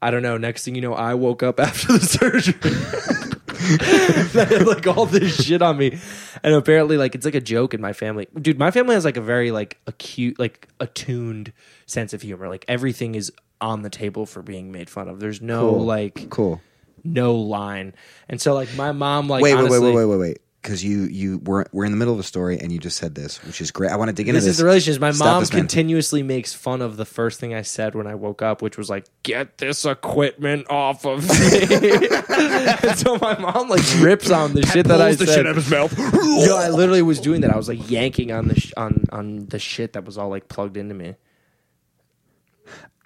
I don't know, next thing you know, I woke up (laughs) after the surgery. (laughs) That had, like all this shit on me. And apparently like it's like a joke in my family. Dude, my family has like a very like acute like attuned sense of humor. Like everything is on the table for being made fun of. There's no
Cool.
like
Cool.
no line. And so like my mom like
Wait, wait,
honestly,
wait, wait, wait, wait, wait. Because you, you were, we're in the middle of a story, and you just said this, which is great. I want to dig into
This
this.
is the relationship. My
Stop
mom
this, man.
continuously makes fun of the first thing I said when I woke up, which was like, "Get this equipment off of
(laughs)
me." and so my mom like rips on the shit that I
Pulls the
said.
shit out of his mouth.
(laughs) Yo, I literally was doing that. I was like yanking on the sh- on on the shit that was all like plugged into me.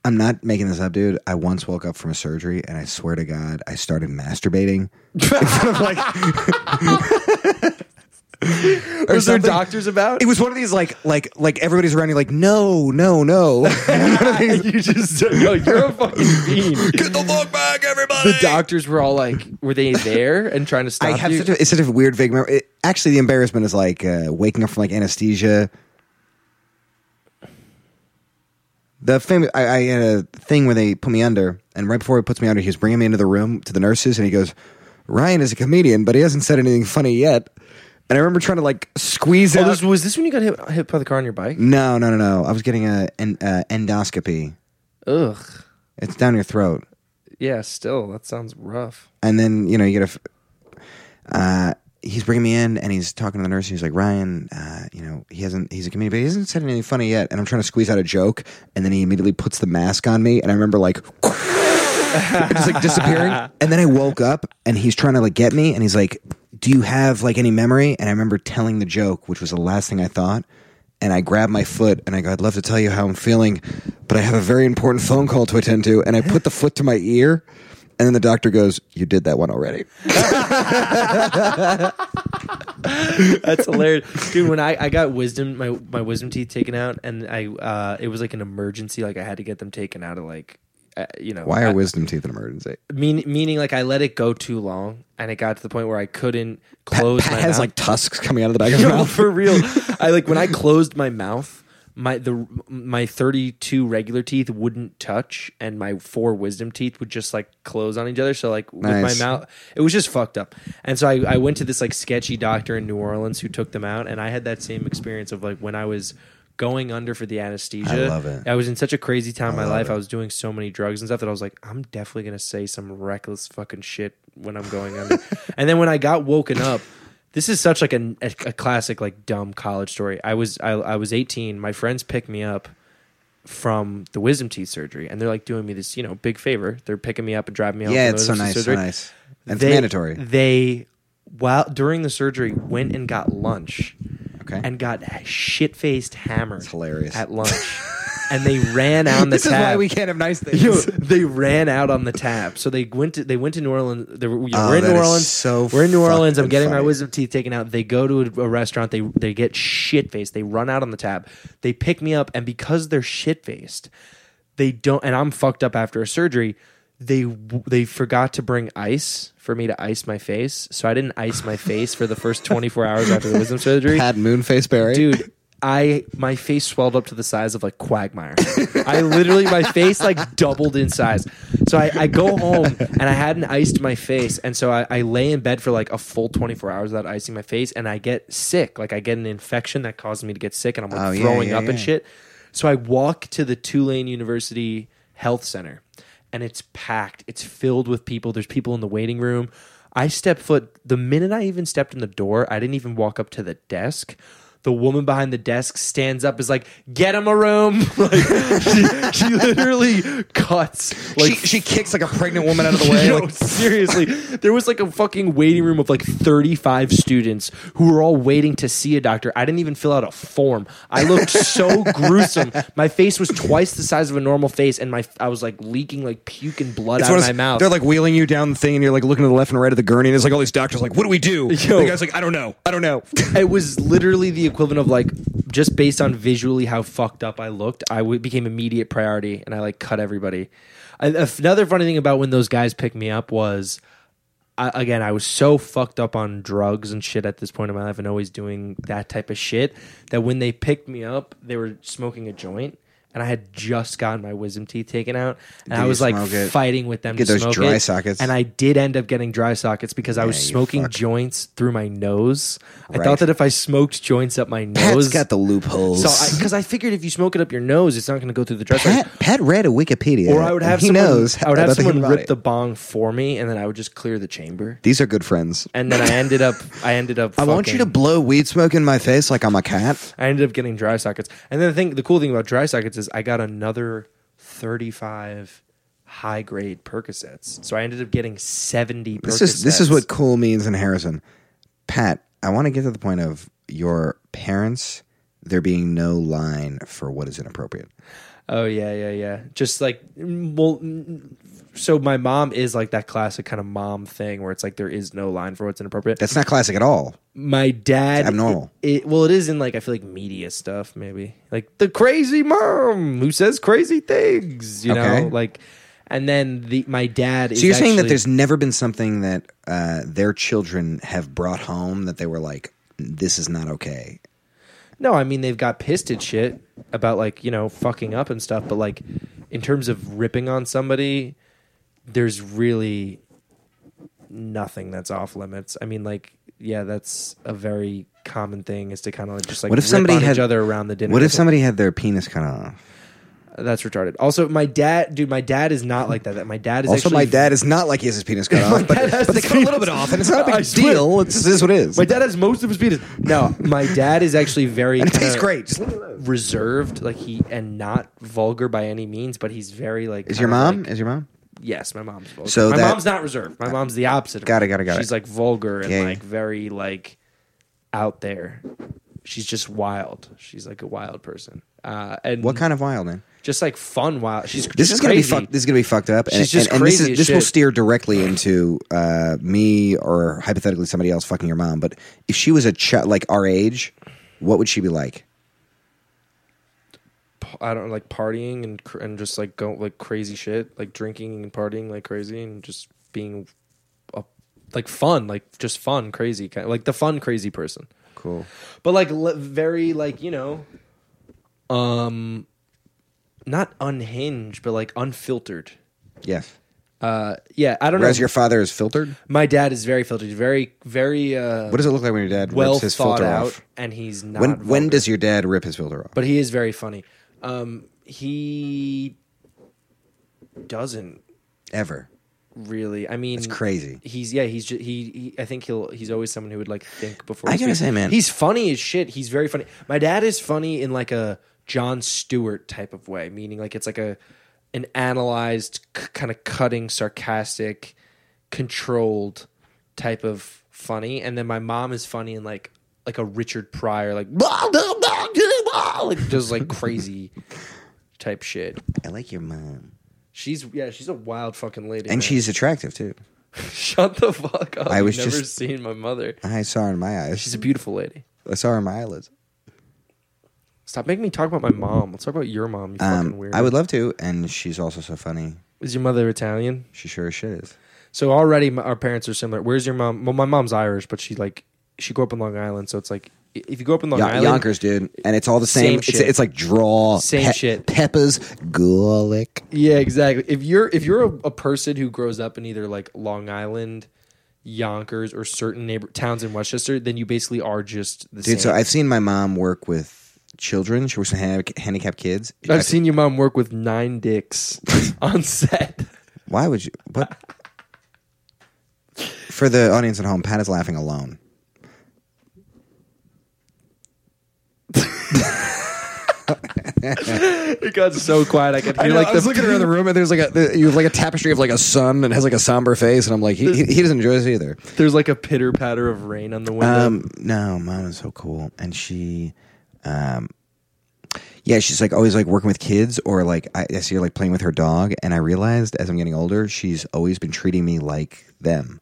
I'm not making this up, dude. I once woke up from a surgery, and I swear to God, I started masturbating.
Or is there
something-
doctors about?
It was one of these like, like, like everybody's around you, like, no, no,
(laughs)
no. (laughs)
you just yo, you're a fucking fiend.
(laughs) Get the fuck back, everybody.
The doctors were all like, were they there and trying to stop
I have
you?
such a, it's such a weird vague memory. It- actually, the embarrassment is like uh, waking up from like anesthesia. The famous, I, I had a thing where they put me under, and right before he puts me under, he's bringing me into the room to the nurses, and he goes, "Ryan is a comedian, but he hasn't said anything funny yet." And I remember trying to like squeeze it.
Oh,
out.
this, was this when you got hit, hit by the car on your bike?
no, no, no, no. I was getting a an uh, endoscopy.
Ugh.
It's down your throat.
Yeah, still that sounds rough.
and then you know you get a. Uh, he's bringing me in, and he's talking to the nurse. And he's like, Ryan, uh, you know, he hasn't. He's a comedian, but he hasn't said anything funny yet. And I'm trying to squeeze out a joke, and then he immediately puts the mask on me, and I remember like. (laughs) just like disappearing and then i woke up and he's trying to like get me and he's like do you have like any memory and i remember telling the joke which was the last thing i thought and i grabbed my foot and i go i'd love to tell you how i'm feeling but i have a very important phone call to attend to and i put the foot to my ear and then the doctor goes you did that one already
(laughs) That's (laughs) hilarious, dude. When I, I got wisdom my my wisdom teeth taken out, and I uh, it was like an emergency. Like I had to get them taken out of like, uh, you know,
why
I-
are wisdom teeth an emergency
mean, meaning like I let it go too long, and it got to the point where I couldn't close
Pat
my
has
mouth.
(laughs) like tusks coming out of the back of his
(laughs) No,
mouth
for real. I like when I closed my mouth. my the my 32 regular teeth wouldn't touch and my four wisdom teeth would just like close on each other so like with
Nice.
my mouth it was just fucked up and so I, I went to this like sketchy doctor in new orleans who took them out and i had that same experience of like when i was going under for the anesthesia
I love it.
i was in such a crazy time in my
love
life
it.
i was doing so many drugs and stuff that i was like i'm definitely gonna say some reckless fucking shit when i'm going
(laughs)
under and then when i got woken up this is such like a, a, a classic like dumb college story. I was I, I was 18. My friends picked me up from the wisdom teeth surgery, and they're like doing me this you know big favor. They're picking me up and driving me home.
yeah,
from the
it's so
wisdom teeth
nice, so
surgery.
nice, and
They-
it's mandatory.
They while during the surgery went and got lunch,
Okay,
and got shit faced hammered.
It's hilarious.
at
(laughs)
lunch, and they ran on the
this is why
tab.
we can't have nice things. (laughs)
Yo, (laughs) they ran out on the tab, so they went. To, they went to New Orleans. They were, you know,
Oh,
we're in
that
New
is
Orleans.
so
we're in New Orleans. I'm
fucking
getting my
funny.
wisdom teeth taken out. They go to a, a restaurant. They they get shit faced. They run out on the tab. They pick me up, and because they're shit faced, they don't. And I'm fucked up after a surgery. They they forgot to bring ice for me to ice my face, so I didn't ice my face for the first 24 hours after the wisdom surgery
(laughs) Had Moonface Barry,
dude i my face swelled up to the size of like quagmire i literally my face like doubled in size so i, I go home and i hadn't iced my face and so I, I lay in bed for like a full 24 hours without icing my face and i get sick like i get an infection that causes me to get sick and i'm
Oh,
like
yeah,
throwing
yeah,
up and
yeah.
shit so i walk to the tulane university health center and it's packed it's filled with people there's people in the waiting room i step foot the minute i even stepped in the door i didn't even walk up to the desk the woman behind the desk stands up is like get him a room (laughs) like she, she literally cuts like
she, she kicks like a pregnant woman out of the
(laughs)
way.
Yo,
like,
seriously, there was like a fucking waiting room of like 35 students who were all waiting to see a doctor. I didn't even fill out a form. I looked
(laughs)
so gruesome. My face was twice the size of a normal face, and my I was like leaking like puke and blood
It's
out
one
of
of
my
those-
mouth.
They're like wheeling you down the thing, and you're like looking to the left and right of the gurney, and it's like all these doctors like, "What do we do?"
Yo.
the guy's like, "I don't know, I don't know."
it was literally the equivalent of like just based on visually how fucked up I looked, I w- became immediate priority and I like cut everybody. I, another funny thing about when those guys picked me up was, I, again, I was so fucked up on drugs and shit at this point in my life and always doing that type of shit that when they picked me up, they were smoking a joint. And I had just gotten my wisdom teeth taken out, and I
you
was like
smoke it?
fighting with them
Get
to
those
smoke
dry
it.
sockets.
And I did end up getting dry sockets because I was
you
smoking
fuck.
joints through my nose. I
Right.
thought that if I smoked joints up my nose,
Pat's got the loopholes.
so because I, figured if you smoke it up your nose, it's not going to go through the dress.
Pat, Pat read a Wikipedia,
or I would
and
have
he
someone,
knows.
I would have
about the human
someone rip
body.
the bong for me, and then I would just clear the chamber.
These are good friends.
And then I ended up, I ended up.
(laughs) I want you to blow weed smoke in my face like I'm a cat.
I ended up getting dry sockets. And then the thing, the cool thing about dry sockets is I got another 35 high grade Percocets. So I ended up getting 70 Percocets.
This is this is what cool means in Harrison. Pat, I want to get to the point of your parents. There being no line for what is inappropriate.
Oh yeah, yeah, yeah. Just like mm, well, mm, so my mom is like that classic kind of mom thing where it's like there is no line for what's inappropriate.
That's not classic at all.
my dad
abnormal.
It, it- well, it is in like I feel like media stuff maybe like the crazy mom who says crazy things. You
Okay.
know, like and then the my dad.
So you're saying that there's never been something that uh, their children have brought home that they were like, "This is not okay."
no. I mean, they've got pissed at shit about like you know fucking up and stuff, but like in terms of ripping on somebody, there's really nothing that's off limits. I mean, like, yeah, that's a very common thing is to kind of like just like
What if somebody
on
had
each other around the dinner.
What if
table.
somebody had their penis cut off?
that's retarded? Also, my dad, dude, my dad is not like that. That my dad is
Also,
actually,
my dad is not like he has his penis
(laughs)
cut off,
dad
but,
has
but they
his
cut a little
penis-
bit off, and it's not a
I
big
swear.
deal. It's, it is what it
(laughs)
is.
My dad has most of his penis. No, my dad is actually
(laughs)
very.
it tastes
kinda
great. Just leave it alone.
Reserved, like he, and not vulgar by any means, but he's very like.
Is your
kinda,
mom?
like-
is your mom?
yes, my mom's vulgar.
So
my
that-
mom's not reserved. My mom's the opposite. of
Got it,
that.
got it, got it.
She's like vulgar and
Yeah, yeah.
like very like out there. She's just wild. She's like a wild person. Uh, and
What kind of wild man?
Just like fun wild. She's
This
she's
is gonna be
crazy.
fucked. This is gonna be fucked up.
She's just
and this,
crazy as
this will
shit.
steer directly into uh, me or hypothetically somebody else fucking your mom. But if she was a child like our age, what would she be like?
I don't know, like partying and cr- and just like go like crazy shit, like drinking and partying like crazy and just being a, like fun, like just fun, crazy kind, like the fun crazy person.
Cool.
But like le- very like you know, um not unhinged but like unfiltered
Yes.
uh yeah i don't
Whereas
know
your father is filtered.
my dad is very filtered He's very very uh
What does it look like when your dad
well
rips his
thought
filter
out
off?
and he's not
When when
vulgar.
does your dad rip his filter off?
but he is very funny um he doesn't
Ever.
really i mean it's
crazy.
he's yeah he's just, he, he i think he'll he's always someone who would like think before
I
he
gotta
speaks.
say, man.
he's funny as shit he's very funny my dad is funny in like a john stewart type of way meaning like it's like a an analyzed c- kind of cutting sarcastic controlled type of funny and then my mom is funny in like like a richard pryor like like just like crazy type shit
I like your mom.
she's yeah she's a wild fucking lady
And
man.
she's attractive too.
Shut the fuck up.
I
I was
was
never
just-
seen my mother.
I saw her in my eyes.
She's a beautiful lady.
I saw her in my eyelids.
Stop making me talk about my mom. Let's talk about your mom, you fucking
Um,
weird.
I would love to, and she's also so funny.
Is your mother Italian?
She sure as shit is.
So already m our parents are similar. Where's your mom? Well, my mom's Irish, but she like she grew up in Long Island, so it's like i- if you grew up in Long
Yo-
Island,
Yonkers, dude, and it's all the
Same
same. it's,
shit.
it's like draw,
Same shit.
peppers, garlic.
yeah, exactly. If you're if you're a, a person who grows up in either like Long Island, Yonkers, or certain neighbor towns in Westchester, then you basically are just the same.
Dude, so I've seen my mom work with children. She works with han- handicapped kids.
I've seen your mom work with nine
(laughs)
dicks on set.
Why would you? What? For the audience at home, Pat is laughing alone.
(laughs) It got so quiet I could hear
I, know,
like
I
the (laughs)
was looking around the room, and there's like a there, you have like a tapestry of like a sun, and it has like a somber face, and I'm like, he, he, he doesn't enjoy this either.
There's like a pitter patter of rain on the window.
Um, no, mom is so cool, and she, um, yeah, she's like always like working with kids, or like I, I see her like playing with her dog, and I realized as I'm getting older, she's always been treating me like them.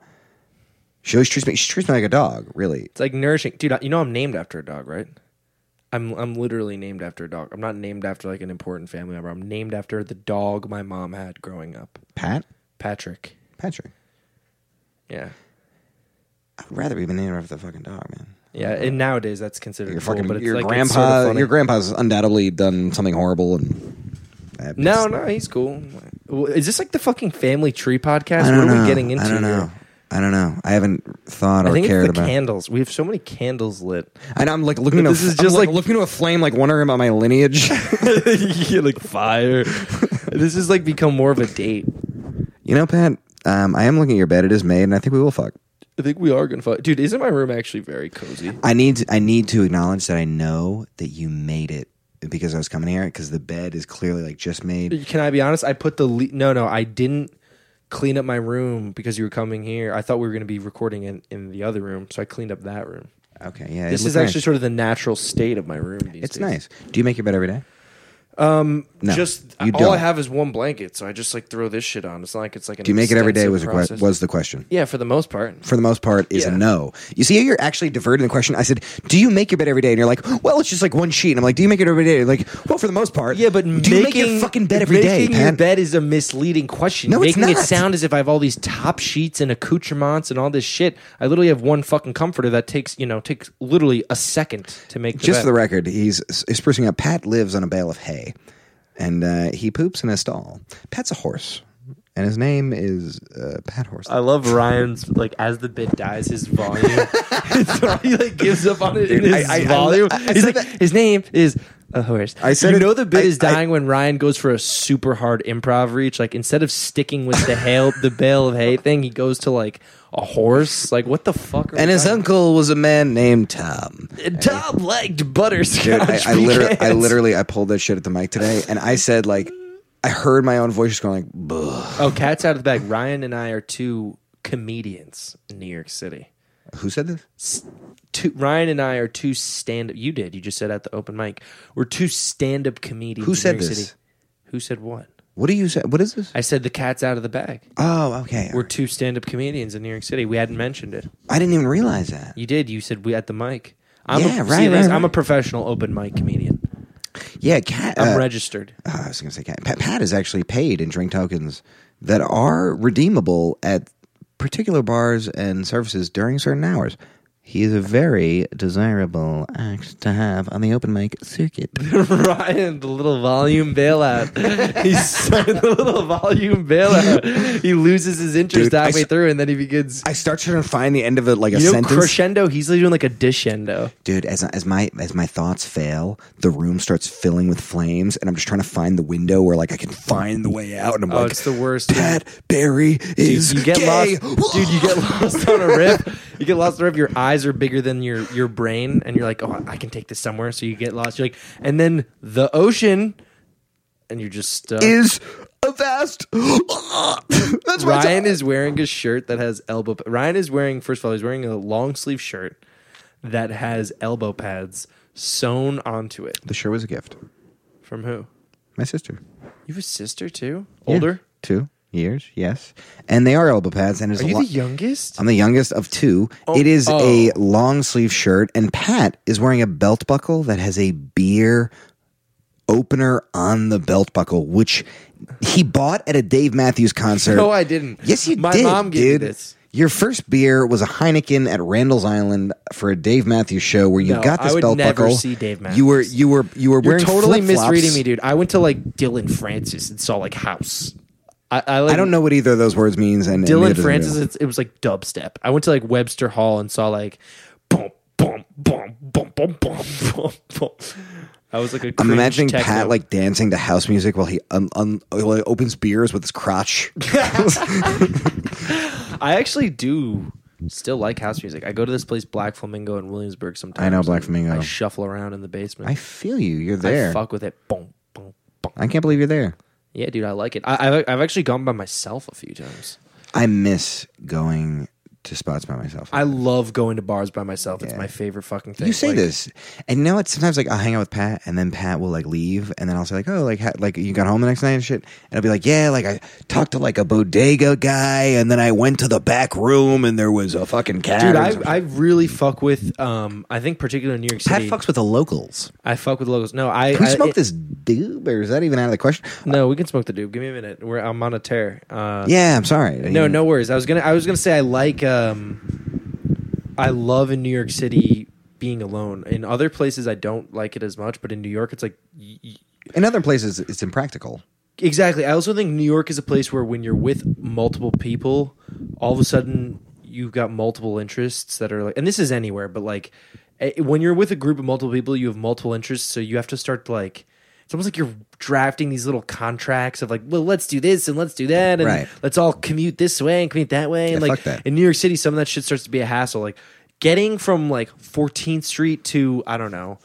She always treats me. She treats me like a dog, really.
it's like nourishing, dude. I- You know I'm named after a dog, right? I'm I'm literally named after a dog. I'm not named after like an important family member. I'm named after the dog my mom had growing up,
Pat,
Patrick.
Patrick.
Yeah,
I would rather be named after the fucking dog, man.
yeah. And nowadays that's considered
Your
cool,
fucking
but it's
your
like it's sort of
grandpa.
funny.
your grandpa's undoubtedly done something horrible, and uh,
no, no, he's cool. Well, Is this like the fucking family tree podcast?
I don't
what are
know.
we getting into?
I don't know.
here?
I don't know. I haven't thought
I
or
think it's
cared
the
about.
candles. We have so many candles lit.
And I'm like looking. To,
This
this
is
is
just like-
looking to a flame, like wondering about my lineage. (laughs)
(laughs) yeah, like fire. (laughs) this has like become more of a date.
you know, Pat. Um, I am looking at your bed. It is made, and I think we will fuck.
I think we are gonna fuck, dude. Isn't my room actually very cozy?
I need. I need to acknowledge that I know that you made it because I was coming here because the bed is clearly like just made.
Can I be honest? I put the le- no, no. I didn't clean up my room because you were coming here. I thought we were gonna be recording in, in the other room, so I cleaned up that room.
Okay, yeah. it
This
looks
is actually
nice.
sort of the natural state of my room. These
It's
days.
nice. Do you make your bed every day? Um, no.
Just
you
all
don't.
I have is one blanket, so I just like throw this shit on. It's not like it's like an.
Do you make it every day?
extensive
Was the que-
process.
was the question?
yeah for the most part.
for the most part is
Yeah.
a no. You see, how you're actually diverting the question. I said, "Do you make your bed every day?" And you're like, "Well, it's just like one sheet." And I'm like, "Do you make it every day?" You're like, "Well, for the most part,
Yeah, but
do
making
you make your fucking bed every day,
making your
Pat?"
bed is a misleading question.
No, it's
making it
not.
sound as if I have all these top sheets and accoutrements and all this shit. I literally have one fucking comforter that takes you know takes literally a second to make. The
Just
bed.
for the record, he's he's sprucing up. Pat lives on a bale of hay, and uh, he poops in a stall. Pat's a horse, and his name is uh, Pat Horse.
I love Ryan's like as the bit dies, his volume.
(laughs)
(laughs) It's all- he like gives up on it. in
Dude,
his
I- I- I-
volume.
I- I
He's
said
like his name is a horse.
I said
you
it-
know the bit
I-
is
I-
dying when Ryan goes for a super hard improv reach. Like instead of sticking with the
(laughs)
hail the bale of hay thing, he goes to like a horse. Like what the fuck? Are we
and his
talking
uncle was a man named Tom.
And Tom liked butterscotch.
Dude, I, I literally, I
pecans.
(laughs) literally, I pulled that shit at the mic today, and I said like, I heard my own voice just going like, "Bleh."
Oh, cat's out of the bag. Ryan and I are two comedians in New York City.
"Who said this?"
S- Two, Ryan and I are two stand up. You did. You just said at the open mic. We're two stand up comedians.
Who
in
said
New York
this?
City. Who said what?
What do you say? What is this?
I said the cat's out of the bag.
Oh, okay.
We're two stand up comedians in New York City. We hadn't mentioned it.
I didn't even realize that.
You did. You said we at the mic. I'm
Yeah,
a,
right,
see,
right,
I'm a
right.
professional open mic comedian.
Yeah, Cat.
I'm
uh,
registered. (laughs)
oh, I was going to say Cat. Pat, Pat is actually paid in drink tokens that are redeemable at particular bars and services during certain hours. He is a very desirable act to have on the open mic circuit.
Ryan, the little volume
(laughs)
bailout. He's starting the little volume bailout. He loses his interest
Dude, I
halfway
s-
through, and then he begins.
(laughs) I start trying to find the end of it like a
you know,
sentence.
crescendo. He's doing like a dishendo.
Dude, as as my as my thoughts fail, the room starts filling with flames, and I'm just trying to find the window where like I can find the way out. And I'm
Oh,
like,
it's the
(laughs)
worst.
Pat Barry is
you get
gay. (laughs)
lost, dude. You get lost on a rip. You get lost on a rip. Your eyes are bigger than your your brain, and you're like, oh, I can take this somewhere. So you get lost. You're like, and then the ocean, and you're just stuck.
is a vast. (gasps) That's right.
Ryan is wearing a shirt that has elbow. pa- Ryan is wearing first of all, he's wearing a long sleeve shirt that has elbow pads sewn onto it.
the shirt was a gift.
From who?
My sister,
You have a sister too? Older?
Yeah. two years, yes, and they are elbow pads, and it's
Are
a
you
lot.
the Oh, youngest?
I'm the youngest of two. it is a long sleeve shirt, and Pat is wearing a belt buckle that has a beer opener on the belt buckle, which he bought at a Dave Matthews
(laughs)
concert.
No, I didn't.
Yes, you
My
did.
mom gave me
dude.
this.
Your first beer was a Heineken at Randall's Island for a Dave Matthews show where you
No,
got
I
this
would
belt
never
buckle.
see Dave
You were
Matthews.
you were you
You're
were wearing
totally
flip-flops.
misreading me, dude. I went to like Dylan Francis and saw like house. I, I, like,
I don't know what either of those words means. And and neither
Dylan
does
Francis,
Andrew.
it's, it was like dubstep. I went to like Webster Hall and saw like boom, boom, boom, boom, boom, boom, boom, boom. I was like a
I'm
cringe
imagining
techno.
Pat like dancing to house music while he un- un- while he opens beers with
(laughs)
his crotch.
(laughs) I actually do still like house music. I go to this place Black Flamingo in Williamsburg sometimes.
I know Black
and
Flamingo.
I shuffle around in the basement.
I feel you. You're
I
there. I,
fuck with it. Boom, boom, boom.
can't believe you're there.
Yeah, dude, I like it. I, I've I've actually gone by myself a few times.
I miss going to spots by myself.
I love going to bars by myself. It's my favorite fucking thing.
you say
Like,
this, and you know what? Sometimes like I'll hang out with Pat, and then Pat will like leave, and then I'll say like, "Oh, like ha- like you got home the next night and shit," and I'll be like, "Yeah, like I talked to like a bodega guy, and then I went to the back room, and there was a fucking cat."
Dude,
or
I,
some shit."
I really fuck with um I think particularly in New York
Pat
City.
fucks with the locals.
I fuck with locals. No, I
Who
I,
smoked
it-
this dude, or is that even out of the question?
No, we can smoke the dude. Give me a minute. We're I'm on a tear. Uh,
Yeah, I'm sorry. I
No,
didn't-
no worries. I was gonna I was gonna say I like um I love in New York City being alone. In other places I don't like it as much, but in New York it's like y- y-
In other places, it's impractical.
Exactly. I also think New York is a place where when you're with multiple people, all of a sudden you've got multiple interests that are like, and this is anywhere, but like eh, when you're with a group of multiple people, you have multiple interests, so you have to start to like. It's almost like you're drafting these little contracts of like, well, let's do this and let's do that, and
Right.
let's all commute this way and commute that way, and
Yeah,
like
fuck that.
in New York City, some of that shit starts to be a hassle. Like getting from like 14th Street to I don't know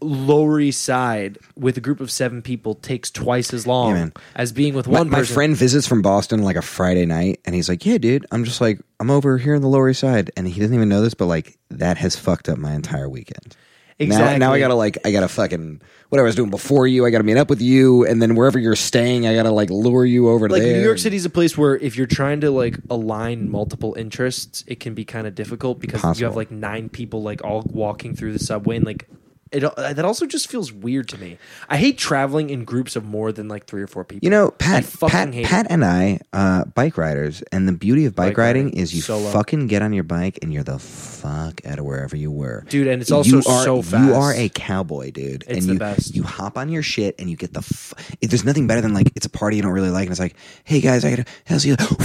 Lower East Side with a group of seven people takes twice as long
man.
as being with
My-
one
my,
person.
friend visits from Boston like a Friday night, and he's like, "Yeah, dude, I'm just like I'm over here in the Lower East Side," and he doesn't even know this, but like that has fucked up my entire weekend. Now-
Exactly.
Now, I gotta like I gotta fucking whatever I was doing before you, I gotta meet up with you, and then wherever you're staying, I gotta like lure you over
like
there.
New York City is a place where if you're trying to like align multiple interests, it can be kind of difficult because you
Impossible.
have like nine people like all walking through the subway and like it uh, that also just feels weird to me. I hate traveling in groups of more than like three or four people.
You know,
I
Pat,
fucking
Pat,
hate it.
Pat, and I, uh, bike riders, and the beauty of bike,
Bike riding,
riding is you
solo.
fucking get on your bike and you're the fuck out of wherever you were,
Dude, and it's also
you are,
so
You
fast.
are a cowboy, dude.
It's
and
the
you,
best.
You hop on your shit and you get the. F- it, there's nothing better than like it's a party you don't really like, and it's like, hey guys, I gotta. How's you? (laughs)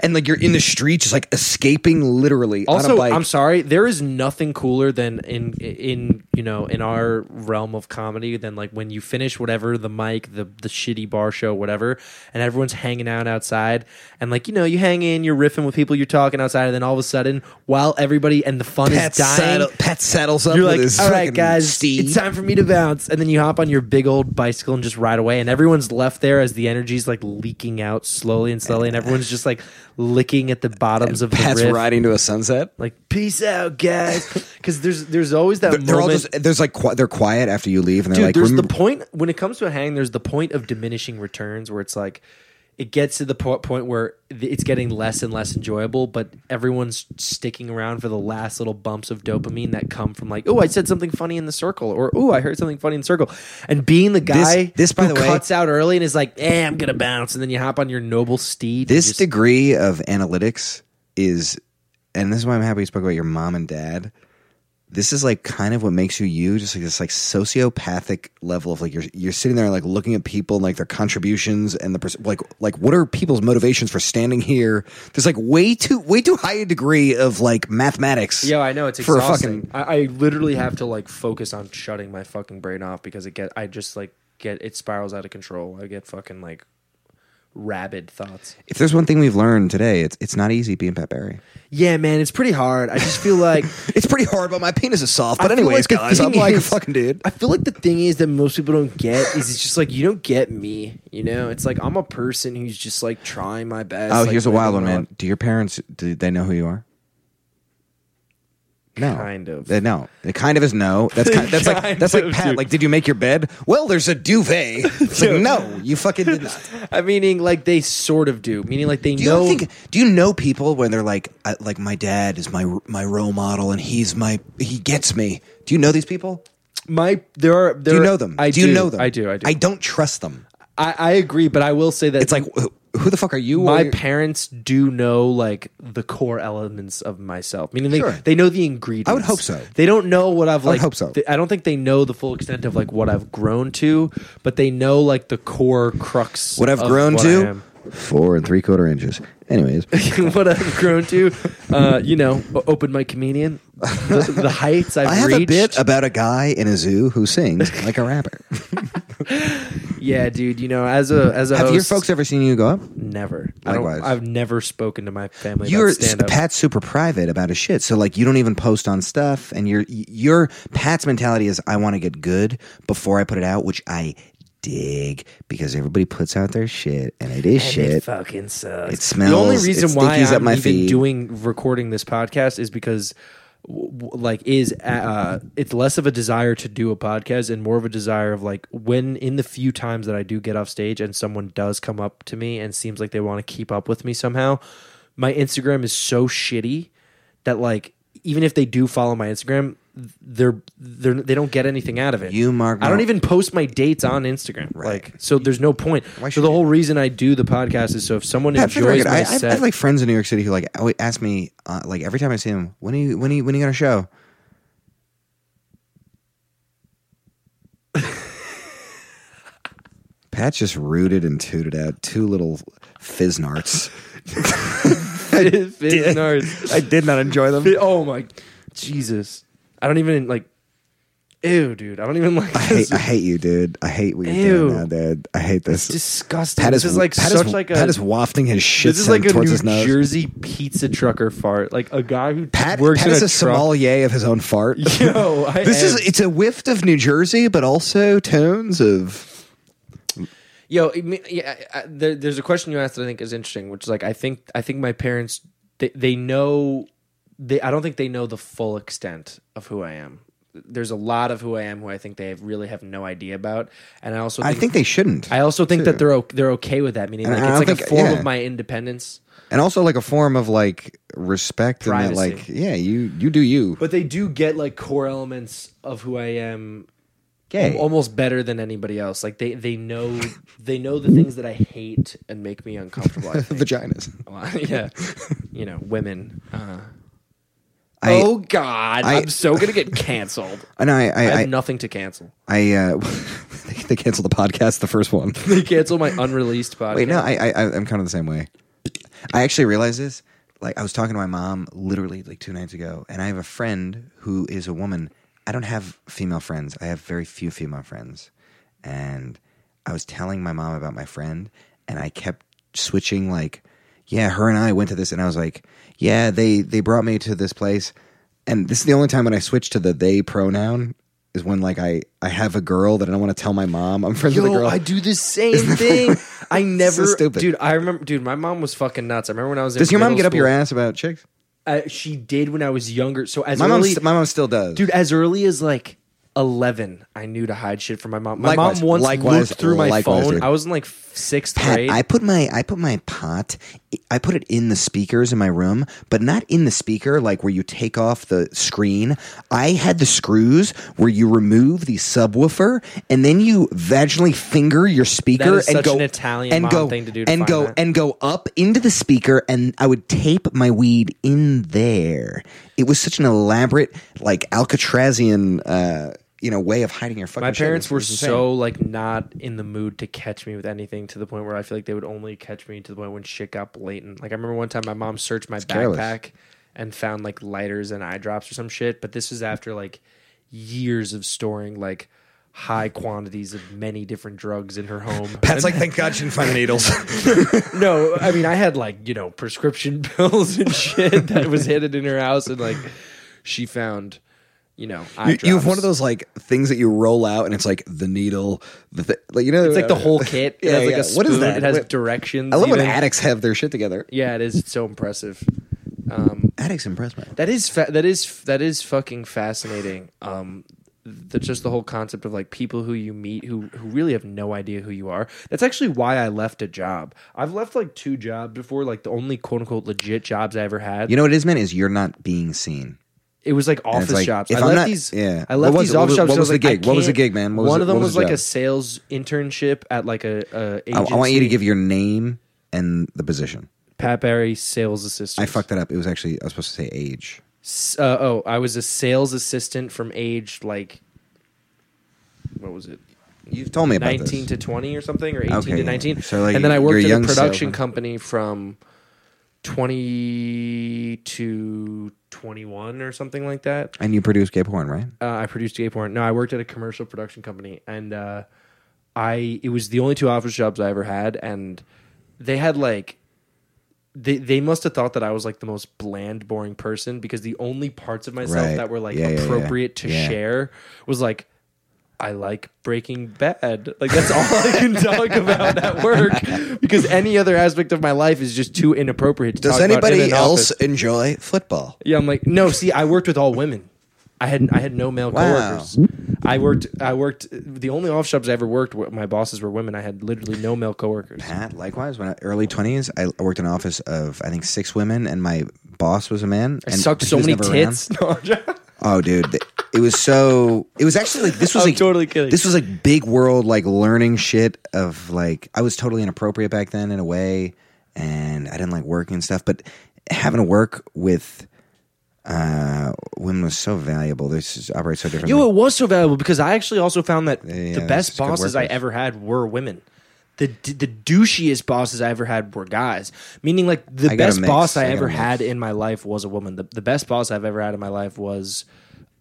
And like you're in the street, just like escaping literally on
Also,
a bike.
I'm sorry, there is nothing cooler than in in you know in our realm of comedy than like when you finish whatever the mic, the the shitty bar show, whatever, and everyone's hanging out outside, and like you know you hang in, you're riffing with people, you're talking outside, and then all of a sudden, while everybody and the fun
Pat,
is dying.
saddle, Pat saddles up
you're
with
like,
his
all right,
fucking
guys,
steed.
it's time for me to bounce, and then you hop on your big old bicycle and just ride away, and everyone's left there as the energy's like leaking out slowly and slowly, and everyone's just like licking at the bottoms of
Pat's
the riff
riding to a sunset.
like peace out (laughs) guys because there's there's always that
They're all
moment-
just there's like qui- they're quiet after you leave, and they're
dude
like,
there's
remember,
the point when it comes to a hang there's the point of diminishing returns where it's like it gets to the po- point where th- it's getting less and less enjoyable but everyone's sticking around for the last little bumps of dopamine that come from like oh i said something funny in the circle or oh i heard something funny in the circle and being the guy
this, by
who
the way-
cuts out early and is like eh i'm gonna bounce and then you hop on your noble steed and
This
just-
degree of analytics is and this is why I'm happy you spoke about your mom and dad. This is like kind of what makes you you, just like this like sociopathic level of like you're you're sitting there like looking at people and like their contributions and the pers- like like what are people's motivations for standing here? There's like way too way too high a degree of like mathematics.
Yeah, I know it's
for a
exhausting.
fucking
I, I literally have to like focus on shutting my fucking brain off because it get I just like get it spirals out of control. I get fucking like rabid thoughts.
if there's one thing we've learned today, it's it's not easy being Pat Barry. (laughs)
Yeah, man, it's pretty hard. I just feel (laughs) like
It's pretty hard, but my penis is soft. But
I feel
anyways,
like the
guys, I'm
thing
like a
is-
fucking dude.
I feel like the thing is that most people don't get is it's just like you don't get me. You know, it's like I'm a person who's just like trying my best.
Oh,
like,
here's a wild one,
living
man. Do your parents do they know who you are? No,
Kind of.
Uh, no, it kind of is no. That's kind, that's
(laughs)
like
Kind
that's like
of,
Pat.
dude.
Like, did you make your bed? Well, there's
(laughs)
a duvet. It's like, no, you fucking did not.
on- I meaning like they sort of do. Meaning like they
Do you
know.
think? Do you know people when they're like, I, like my dad is my my role model and he's my he gets me. Do you know these people?
my there are there
Do you
are-
know them?
I
do, you know them?
I do. I do.
I don't trust them.
I, I agree, but I will say that
It's like, wh- who the fuck are you? Or
my
you're-
parents do know like the core elements of myself. Meaning they,
Sure.
they know the ingredients.
I would hope so.
They don't know what I've like.
hope so.
th- I don't think they know the full extent of like what I've grown to, but they know like the core crux.
what I've
of
grown
what I
to,
am. (laughs)
four and three quarter inches. Anyways.
what I've grown to, uh, you know, o- open mic comedian, the, the heights I've
(laughs) I have
reached.
a bit about a guy in a zoo who sings
(laughs)
like a rapper.
yeah, dude. You know, as a as a
have your
host,
folks ever seen you go up?
never. I don't,
Likewise.
I've never spoken to my family.
You're
about stand up.
Pat's super private about his shit, so like you don't even post on stuff, and your your Pat's mentality is I want to get good before I put it out, which I dig because everybody puts out their shit and it is
And
shit.
It fucking sucks.
It smells,
The only
it
reason why
stinkies
I'm
up my
even
feed.
doing recording this podcast is because, w- w- like, is uh, it's less of a desire to do a podcast and more of a desire of like when in the few times that I do get off stage and someone does come up to me and seems like they want to keep up with me somehow, my Instagram is so shitty that like even if they do follow my Instagram. They're they're they don't get anything out of it.
You mark
I don't
my-
even post my dates on Instagram.
Right.
Like so, there's no point. so
should
the
you?
whole whole reason I do the podcast is so if someone
Pat, for the
enjoys
record,
my
I, I, I
set,
have
(laughs)
like friends in New York City who like always ask me uh, like every time I see them, when are you when are you when are you gonna (laughs) show? Pat just rooted and tooted out two little fizznarts.
Fizz- Nards.
I did not enjoy them.
Fi- oh my Jesus! I don't even like. Ew, dude! I don't even like.
I
This.
hate, I hate you, dude. I hate what you're
Ew.
doing now, dude. I hate this.
disgusting.
Pat
this is like
Pat
such
is,
like a
Pat is wafting his shit
this is like a
towards
New
his nose.
Jersey pizza trucker fart. Like a guy who
Pat,
works
Pat
in
is a,
a, truck.
sommelier of his
(laughs)
own fart. (laughs)
Yo, I
this
am.
is it's a whiff of New Jersey, but also tones of
Yo, I mean, yeah, I- I- there, there's a question you asked that I think is interesting, which is like I think I think my parents they, they know they I don't think they know the full extent of who I am. There's a lot of who I am who I think they have, really have no idea about, and I also
I
think I,
think they shouldn't,
also think that they're o- they're okay with that, meaning
And
like
I
it's
don't
like a
think-
form
yeah.
of my independence.
and also like a form of like respect and that
Privacy.
like yeah, you you do you.
But they do get like core elements of who I am
Gay.
al- almost better than anybody else. Like they they know they know the things that I hate and make me uncomfortable.
(laughs)
I think.
Vaginas.
Well, (laughs) yeah, you know, women. Uh,
I-
oh God, I,
I-
am so gonna get canceled.
And I
I
(laughs) I
have
I,
nothing to cancel.
I uh, (laughs) they canceled the podcast, the first one.
They cancel my unreleased podcast.
Wait, no, I, I I- I'm kind of the same way. I actually realized this. Like I was talking to my mom literally like two nights ago, and I have a friend who is a woman. I don't have female friends. I have very few female friends, and I was telling my mom about my friend, and I kept switching like, yeah, her and I went to this, and I was like, yeah, they they brought me to this place, and this is the only time when I switched to the they pronoun is when like I I have a girl that I don't want to tell my mom I'm friends with a
Yo,
girl.
I do the same
(laughs)
thing. I never,
stupid.
dude. I remember, dude. My mom was fucking nuts. I remember when I was. in
Does your mom
middle
get up your
school-
ass about chicks?
Uh, she did when I was younger. So as
My mom,
early,
st- my mom still does.
dude, as early as like 11, I knew to hide shit from my mom. My
Likewise.
mom once
Likewise.
looked through my
Likewise,
phone.
dude.
I was in like sixth
Pat,
grade.
I put my I put my pot I put it in the speakers in my room, but not in the speaker like where you take off the screen. I had the screws where you remove the subwoofer and then you vaginally finger your speaker
That is
and
such
go
an Italian
and
mom
go
thing to do to
and
find
go
that.
and go up into the speaker and I would tape my weed in there. It was such an elaborate like Alcatrazian uh you know way of hiding your fucking
my
shit.
parents
It
were
was insane.
so like not in the mood to catch me with anything to the point where I feel like they would only catch me to the point when shit got blatant. Like I remember one time my mom searched my
careless.
backpack and found like lighters and eye drops or some shit, but this was after like years of storing like high quantities of many different drugs in her home.
Pat's like, thank God she didn't find needles.
(laughs) no, I mean I had like you know prescription (laughs) pills and shit that was hidden in her house, and like she found you know eye
(laughs) You, you have one of
drops.
those like things that you roll out, and it's like the needle, the thi- like you know,
It's like (laughs) the whole kit. It
Yeah,
has like
yeah.
a
What is
spoon,
that?
It has
What-
directions.
I love when
even.
addicts have their shit together.
Yeah, it is. It's so impressive. Um,
Addicts impress me.
that is fa- that is that is fucking fascinating. Um, the, just the whole concept of like people who you meet who who really have no idea who you are. That's actually why I left a job. I've left like two jobs before, like the only quote unquote legit jobs I ever had.
You know what it is, man? Is you're not being seen.
It was like office
like,
jobs.
if
I
I'm
left
not-
these.
yeah.
I left
What was
these
it? What
off
was-
jobs.
what was
I
the
like, I
gig? What was the
can't-
gig, man? What was
one
it-
of them
what was
was
the
like
job?
a sales internship at like a, a agency.
I, I want you to give your name and the position.
Pat Barry sales
I
assistant.
fucked that up. It was actually I was supposed to say age.
S- Uh, oh, I was a sales assistant from age like what was it?
You've told me about
19
this.
to 20 or something or 18
Okay,
to
yeah.
19
So, like,
and then i
you're
worked
a
at
young
a production
salesman.
company from 20 to 21 or something like that
and you produce gay porn, right?
uh, i produced gay porn no i worked at a commercial production company and uh, i it was the only two office jobs i ever had and they had like they, they must have thought that I was like the most bland, boring person because the only parts of myself
Right.
that were like
Yeah, yeah, yeah.
appropriate to
Yeah.
share was like I like Breaking Bad. Like that's all I
(laughs)
can talk about at work because any other aspect of my life is just too inappropriate. To
Does
talk about in
anybody
an
else
office.
enjoy football?
Yeah, I'm like no. See, I worked with all women. I had I had no male
Wow.
coworkers. I worked I worked the only off shops I ever worked. where My bosses were women. I had literally no male coworkers.
Pat, likewise, when I, early twenties, I worked in an office of I think six women, and my boss was a man.
I
and
sucked
he
so
was
many
never around.
tits. (laughs) No, I'm joking.
Oh, dude, th- it was so. It was actually like this was
I'm
like
totally kidding.
This was like big world, like learning shit of like I was totally inappropriate back then in a way, and I didn't like working and stuff. But having to work with uh, women was so valuable. This is, operates so differently.
Yo, it was so valuable because I actually also found that
yeah,
the
that's
best
just good
bosses I
workers.
ever had were women. The the douchiest bosses I ever had were guys. Meaning, like the
I got a
best
mix.
boss I,
I got a
ever
mix.
had in my life was a woman. The, the best boss I've ever had in my life was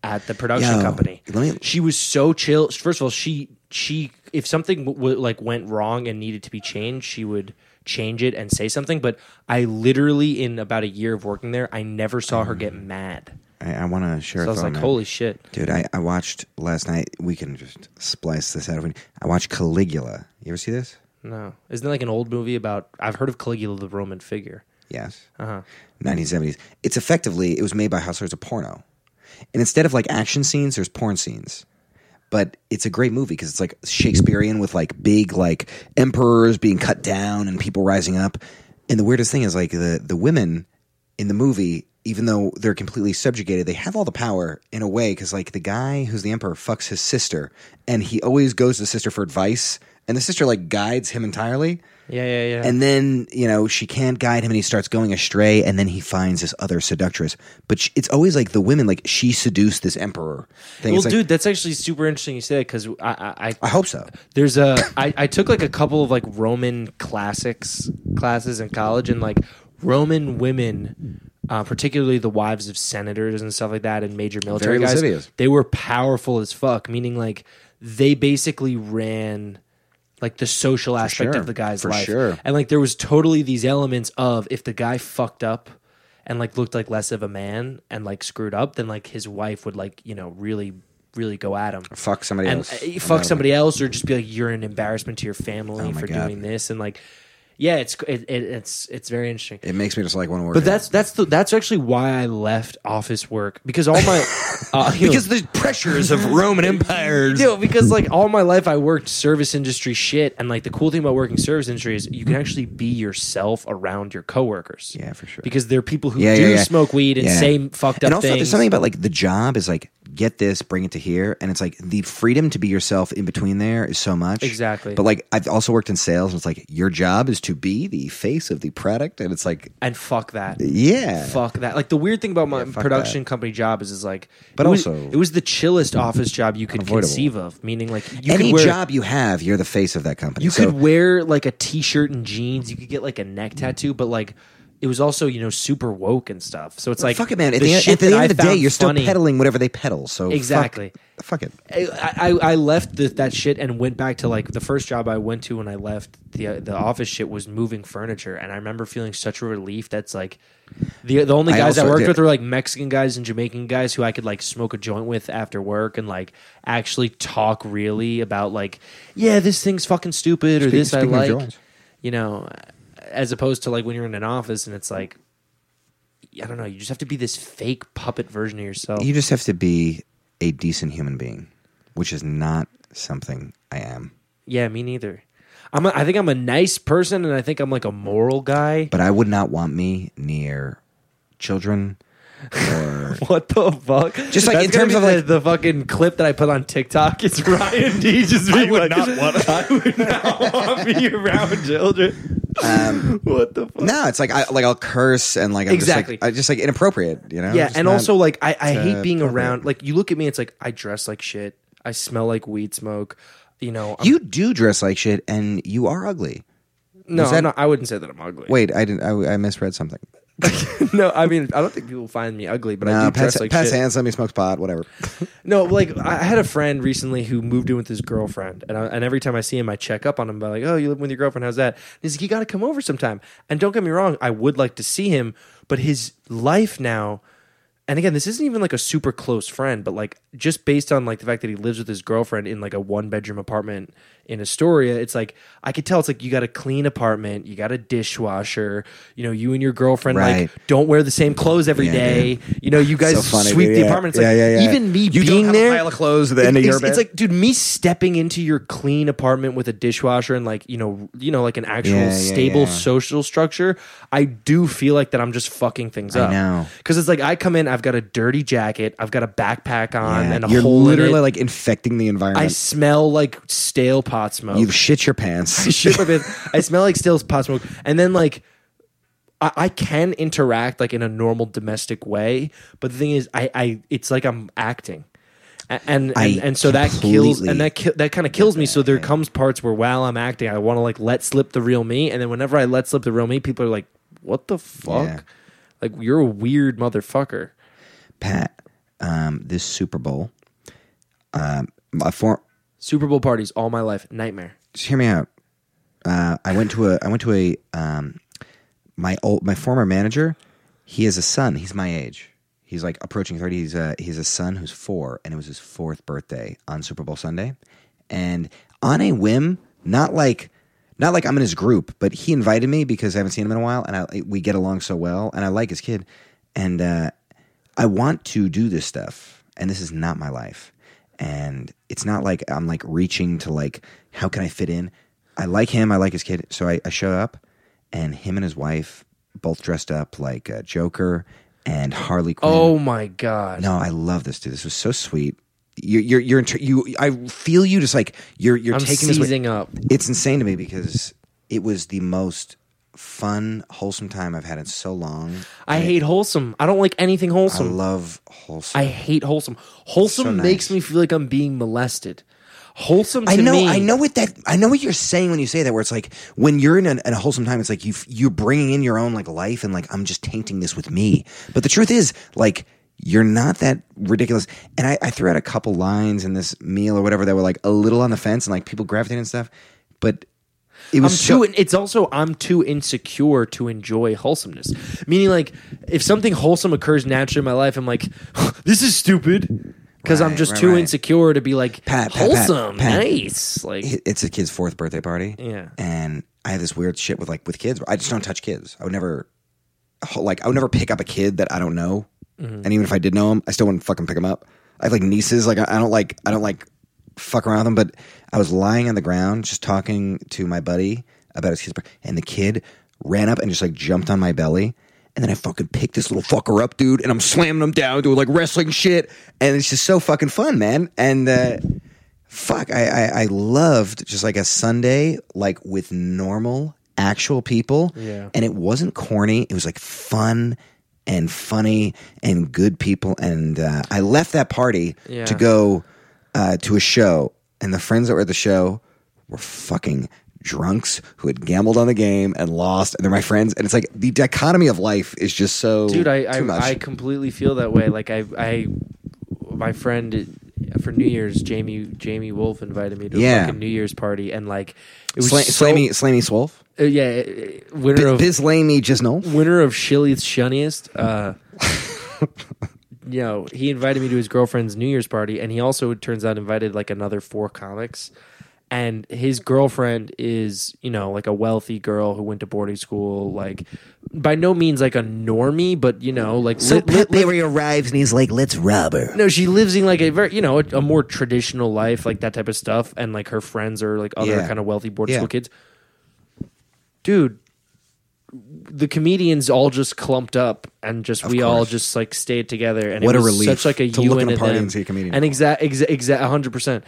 at the production
Yo,
company.
let me-
she was so chill. First of all, she she if something w- w- like went wrong and needed to be changed, she would change it and say something. But I literally, in about a year of working there, I never saw her
Mm.
get mad.
I, I want to
So I
share. a
was
thought,
like,
man.
holy shit.
Dude, I, I watched last night. We can just splice this out. of it. I watched Caligula. You ever see this?
No, isn't it like an old movie about? I've heard of Caligula, the Roman figure.
Yes.
Uh huh.
1970s. It's effectively it was made by Hustlers a porno, and instead of like action scenes, there's porn scenes. But it's a great movie because it's like Shakespearean with like big like emperors being cut down and people rising up. And the weirdest thing is like the the women in the movie, even though they're completely subjugated, they have all the power in a way because like the guy who's the emperor fucks his sister, and he always goes to the sister for advice, and the sister like guides him entirely.
Yeah, yeah, yeah.
And then, you know, she can't guide him and he starts going astray. And then he finds this other seductress. But sh it's always like the women, like, she seduced this emperor thing.
well,
It's like,
dude, that's actually super interesting you say that because I, I, I
I hope so.
there's a I, I took like a couple of like roman classics classes in college and like roman women uh, particularly the wives of senators and stuff like that and major military
Very
guys
lascivious.
they were powerful as fuck meaning like they basically ran like the social aspect
sure.
of the guy's
For
life
sure.
and like there was totally these elements of if the guy fucked up and like looked like less of a man and like screwed up then like his wife would like you know really really go at him
Fuck somebody
and
else.
uh, fuck somebody else or just be like you're an embarrassment to your family
my
for
God.
doing this and like yeah, it's it, it, it's it's very interesting.
It makes me just like want to work.
But
out.
that's that's the, that's actually why I left office work because all (laughs) my uh, you know-
because the pressures
(laughs)
of Roman empires.
No, because like all my life I worked service industry shit, and like the cool thing about working service industry is you can actually be yourself around your coworkers.
Yeah, for sure.
Because they're people who
Yeah,
do
yeah, yeah.
smoke weed and
Yeah.
say fucked up
and also
things.
there's something about like the job is like get this, bring it to here, and it's like the freedom to be yourself in between there is so much.
Exactly.
But like I've also worked in sales, and it's like your job is to be the face of the product, and it's like
and fuck that.
yeah,
Fuck that. Like the weird thing about my
fuck
production company job is is like
But
it was-
also-
it was the chillest office job you could
Unavoidable.
conceive of. Meaning like you
any
could wear,
job you have, you're the face of that company.
You
So-
could wear like a t-shirt and jeans. You could get like a neck tattoo, but like it was also you know super woke and stuff. So it's like
fuck it, man. At the, end- at
shit
the
that
end
I
of the day,
found
you're still
funny-
peddling whatever they peddle. So fuck-
Exactly.
fuck, it.
I, I, I left the, that shit and went back to like the first job I went to when I left the the office shit was moving furniture and I remember feeling such a relief that's like the the only
I
guys I,
also
worked
did-
with were like Mexican guys and Jamaican guys who I could like smoke a joint with after work and like actually talk really about like yeah this thing's fucking stupid or
Speak-
this I
speaking of
like
joints.
you know as opposed to like when you're in an office and it's like I don't know you just have to be this fake puppet version of yourself
You just have to be a decent human being, which is not something I am.
Yeah, me neither. I'm a, I think I'm a nice person, and I think I'm like a moral guy.
But I would not want me near children or
(laughs) What the fuck?
Just, like,
That's gonna
in terms
be
of,
the,
like-
the fucking clip that I put on TikTok. It's (laughs) Ryan D just being like, (laughs) I would not want me around children.
Um,
(laughs) what the fuck?
No, it's like I like I'll curse and like I'm
Exactly.
just like, I just like inappropriate, you know.
Yeah,
Just
and
not-
also like I, I hate
uh,
being
appropriate.
around. Like you look at me, it's like I dress like shit. I smell like weed smoke. You know, I'm,
you do dress like shit, and you are ugly.
no,
is that-
I'm not- I wouldn't say that I'm ugly.
Wait, I didn't. I, I misread something.
(laughs) no, I mean I don't think people find me ugly, but I
No,
do dress
Uh, Pat's,
like
Pat's
shit.
handsome. He smokes pot. Whatever.
No, like I I had a friend recently who moved in with his girlfriend, and I, and every time I see him, I check up on him. By like, oh, you live with your girlfriend? How's that? And he's like, you got to come over sometime. And don't get me wrong, I would like to see him, but his life now, and again, this isn't even like a super close friend, but like just based on like the fact that he lives with his girlfriend in like a one bedroom apartment in Astoria, it's like I could tell. It's like you got a clean apartment, you got a dishwasher, you know, you and your girlfriend
Right.
like don't wear the same clothes every
Yeah,
day. You know, you guys
So funny,
sweep
dude,
the
yeah.
apartment. It's
Yeah,
like
yeah, yeah.
even me
You don't
being
have a
there,
pile of clothes at the end of your
it's, it's
bed?
like, dude, me stepping into your clean apartment with a dishwasher and like you know, you know, like an actual
Yeah, yeah,
stable
yeah.
social structure. I do feel like that I'm just fucking things up.
know.
because it's like I come in, I've got a dirty jacket, I've got a backpack on,
Yeah,
and a
you're
hole in
literally
it.
like infecting the
I
environment.
smell like stale pot smoke.
You've shit your pants.
shit my pants. (laughs) I smell like stale pot smoke. And then like I, I can interact like in a normal domestic way, but the thing is, I, I it's like I'm acting. A- And and,
I
and, so that kills
completely
and that ki- that kind of kills me. So there comes parts where while I'm acting, I want to like let slip the real me, and then whenever I let slip the real me, people are like, "What the fuck?
Yeah.
Like you're a weird motherfucker."
Pat, um, this Super Bowl, um, my for,
Super Bowl parties all my life nightmare.
just hear me out. Uh, I went to a I went to a um, my old my former manager. He has a son. He's my age. He's like approaching thirty. He's a he's a son who's four, and it was his fourth birthday on Super Bowl Sunday. And on a whim, not like not like I'm in his group, but he invited me because I haven't seen him in a while, and I, we get along so well, and I like his kid, and uh, I want to do this stuff, and this is not my life. And it's not like I'm like reaching to like, how can I fit in? I like him, I like his kid. So I, I show up, and him and his wife both dressed up like uh, Joker and Harley Quinn.
Oh my god!
no, I love this dude. This was so sweet. You're you're you're inter- you. I feel you just like you're you're
I'm
taking this. way-
seizing up.
it's insane to me because it was the most fun, wholesome time I've had in so long.
I hate wholesome. I don't like anything
I
wholesome.
love wholesome.
I hate wholesome. Wholesome
So nice.
makes me feel like I'm being molested. Wholesome. To
I know,
me-
I know what that, I know what you're saying when you say that. Where it's like when you're in a, in a wholesome time, it's like you you're bringing in your own like life, and like I'm just tainting this with me. But the truth is, like you're not that ridiculous. And I, I threw out a couple lines in this meal or whatever that were like a little on the fence, and like people gravitated and stuff. But it
I'm
was so,
too. It's also I'm too insecure to enjoy (sighs) wholesomeness. Meaning, like if something wholesome occurs naturally in my life, I'm like, this is stupid. because I'm
Right,
just
right,
too
right.
insecure to be like
Pat, Pat, Pat,
wholesome,
Pat.
nice. Like
it- it's a kid's fourth birthday party.
Yeah.
And I have this weird shit with like with kids. where I just don't touch kids. I would never like I would never pick up a kid that I don't know. And even if I did know him, I still wouldn't fucking pick him up. I have like nieces. Like I, I don't like I don't like fuck around with them. But I was lying on the ground just talking to my buddy about his kid's birth- and the kid ran up and just like jumped on my belly. And then I fucking picked this little fucker up, dude, and I'm slamming him down, doing like wrestling shit, and it's just so fucking fun, man. And uh, fuck I, I i loved just like a sunday like with normal actual people
Yeah.
and it wasn't corny it was like fun and funny and good people and uh, i left that party
Yeah.
to go uh, to a show and the friends that were at the show were fucking drunks who had gambled on the game and lost and they're my friends and it's like the dichotomy of life is just so
dude I,
too much
I, I completely feel that way like i i my friend for new year's jamie jamie wolf invited me to
Yeah.
a fucking new year's party and like it was
Sla-
so,
slammy slammy swolf
uh, yeah uh, winner of
biz lamey just no
winner of Shilly's Shunniest. Uh, you know, he invited me to his girlfriend's New Year's party, and he also, it turns out, invited like another four comics. And his girlfriend is, you know, like a wealthy girl who went to boarding school, like by no means like a normie, but you know, like
so
li- li-
Pat Barry arrives and he's like let's rob
(laughs)
her
no, she lives in like a very, you know, a, a more traditional life, like that type of stuff. And like her friends are like other
Yeah.
kind of wealthy boarding
Yeah.
school kids. Dude, the comedians all just clumped up and just we all
course.
just like stayed together. And
What
it
a
was
relief
such like a
to
you
look in
and
a party
them.
and see a comedian.
And exact, exact, exact, hundred percent.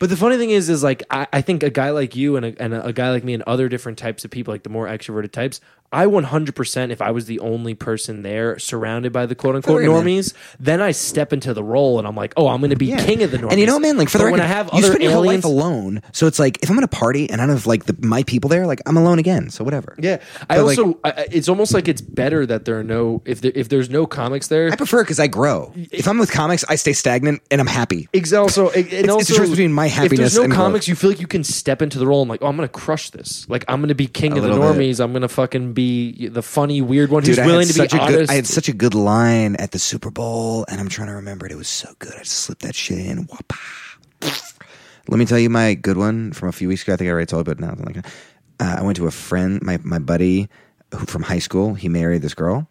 But the funny thing is, is like I, I think a guy like you and a, and a, a guy like me and other different types of people, like the more extroverted types, I one hundred percent, if I was the only person there, surrounded by the quote unquote
Very, man.
normies, then I step into the role and I'm like, oh, I'm going to be
Yeah.
king of the normies.
And you know, man, like for the
But
record,
when I have
you
other
spend your
aliens,
whole life alone. So it's like if I'm at a party and I don't have like the, my people there, like I'm alone again. So whatever.
yeah. I
But, like,
also, I- I, it's almost like it's better that there are no if there, if there's no comics there.
I prefer because I grow. If I'm with comics, I stay stagnant and I'm happy.
Ex- also, and
it's
also,
the difference between my
If
happiness
there's no
and growth.
comics, you feel like you can step into the role. and like, oh, I'm going to crush this. Like, I'm going to be king of the
little bit.
normies. I'm going to fucking be the funny, weird one
Dude,
who's
I had
willing to be
such a
honest.
good. I had such a good line at the Super Bowl, and I'm trying to remember it. It was so good. I just slipped that shit in. Whoppa. Let me tell you my good one from a few weeks ago. I think I already told you, but now I'm like, uh, I went to a friend, my my buddy who, from high school. He married this girl.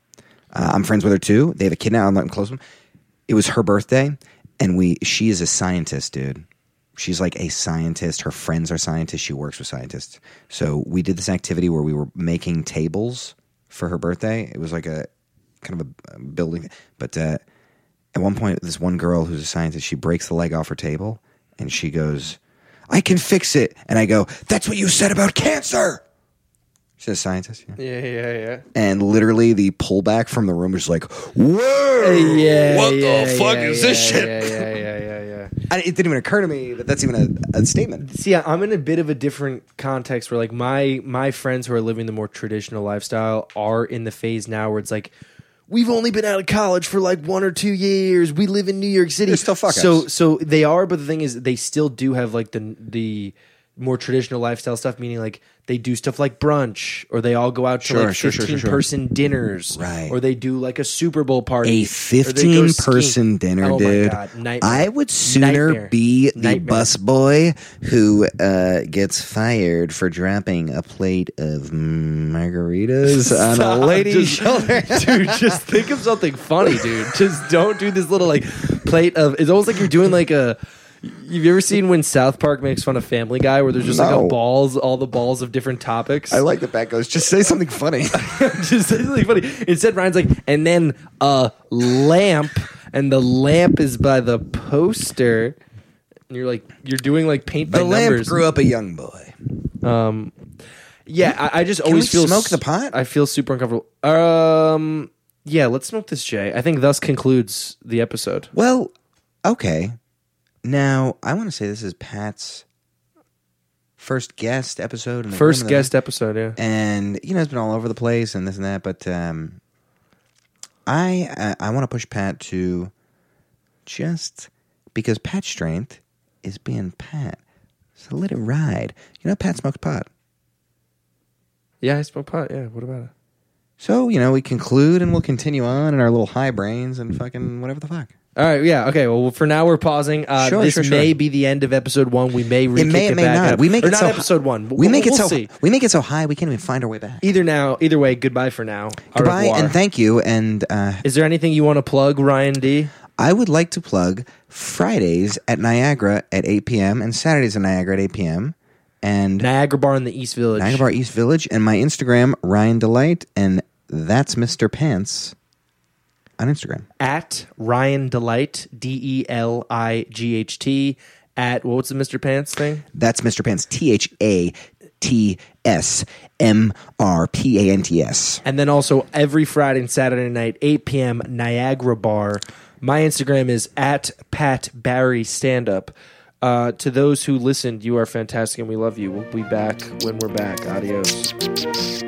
Uh, I'm friends with her too. They have a kid now. I'm not close with them. It was her birthday, and we. She is a scientist, dude. She's like a scientist. Her friends are scientists. She works with scientists. So we did this activity where we were making tables for her birthday. It was like a kind of a, a building, but. Uh, at one point, this one girl who's a scientist, she breaks the leg off her table and she goes, I can fix it. And I go, That's what you said about cancer. She's a scientist. Yeah.
yeah, yeah, yeah.
And literally, the pullback from the room was like, Whoa,
Yeah.
what
yeah,
the fuck
yeah,
is
yeah,
this shit?
Yeah, yeah, yeah, yeah, yeah.
And it didn't even occur to me that that's even a, a statement.
See, I'm in a bit of a different context where like my my friends who are living the more traditional lifestyle are in the phase now where it's like we've only been out of college for like one or two years. We live in New York City.
They're still fuck-ups.
So so they are, but the thing is they still do have like the the more traditional lifestyle stuff, meaning like they do stuff like brunch, or they all go out to
Sure,
like
sure, sure, sure,
fifteen person dinners,
Right.
Or they do like a Super Bowl party, or
A
they go
15 person
skiing.
dinner,
Oh my
dude.
God, nightmare.
I would sooner
Nightmare.
be the
Nightmare.
busboy who uh, gets fired for dropping a plate of margaritas on a
Stop.
lady's (laughs)
Just-
shoulder.
dude. Just think of something funny, dude. Just don't do this little like plate of. It's almost like you're doing like a. You've ever seen when South Park makes fun of Family Guy, where there's just like
No.
a balls, all the balls of different topics. (laughs)
I like the back goes. Just say something (laughs) funny.
just it's really funny. Instead, Ryan's like, and then a lamp, and the lamp is by the poster. And you're like, you're doing like paint by
the lamp
numbers.
grew up a young boy.
Um, yeah, I, I just always
we
feel
smoke the pot?
I feel super uncomfortable. Um, yeah, let's smoke this, Jay. I think thus concludes the episode.
Well, okay. Now I want to say this is Pat's first guest episode. In the
First
Grim of the
guest episode.
e-
Yeah,
and you know it's been all over the place and this and that but um i i, I want to push pat to just because pat's strength is being pat so let it ride you know pat smoked pot
yeah, I smoke pot. Yeah, what about it?
so you know we conclude and we'll continue on in our little high brains and fucking whatever the fuck
All right, yeah, okay. Well, for now we're pausing. Uh,
Sure,
this
sure, sure.
may be the end of episode one. We may re-
It may,
kick
it may
back
not.
up.
We make
or
it
not
so
episode one.
We make it
We'll
so
see.
we make it so high we can't even find our way back.
Either now, either way. Goodbye for now. Au
Goodbye
revoir.
and thank you. And uh,
Is there anything you want to plug, Ryan D?
I would like to plug Fridays at Niagara at 8 p.m. and Saturdays at Niagara at 8 p.m. and
Niagara Bar in the East Village.
Niagara Bar East Village and my Instagram Ryan Delight and that's Mr. Pants on Instagram.
at Ryan Delight, D E L I G H T, at what's the Mr. Pants thing?
That's Mr. Pants. T H A T S M R P A N T S.
And then also every Friday and Saturday night, 8 p.m., Niagara Bar. My Instagram is at Pat Barry Stand Up. Uh, to those who listened, you are fantastic and we love you. We'll be back when we're back. Adios.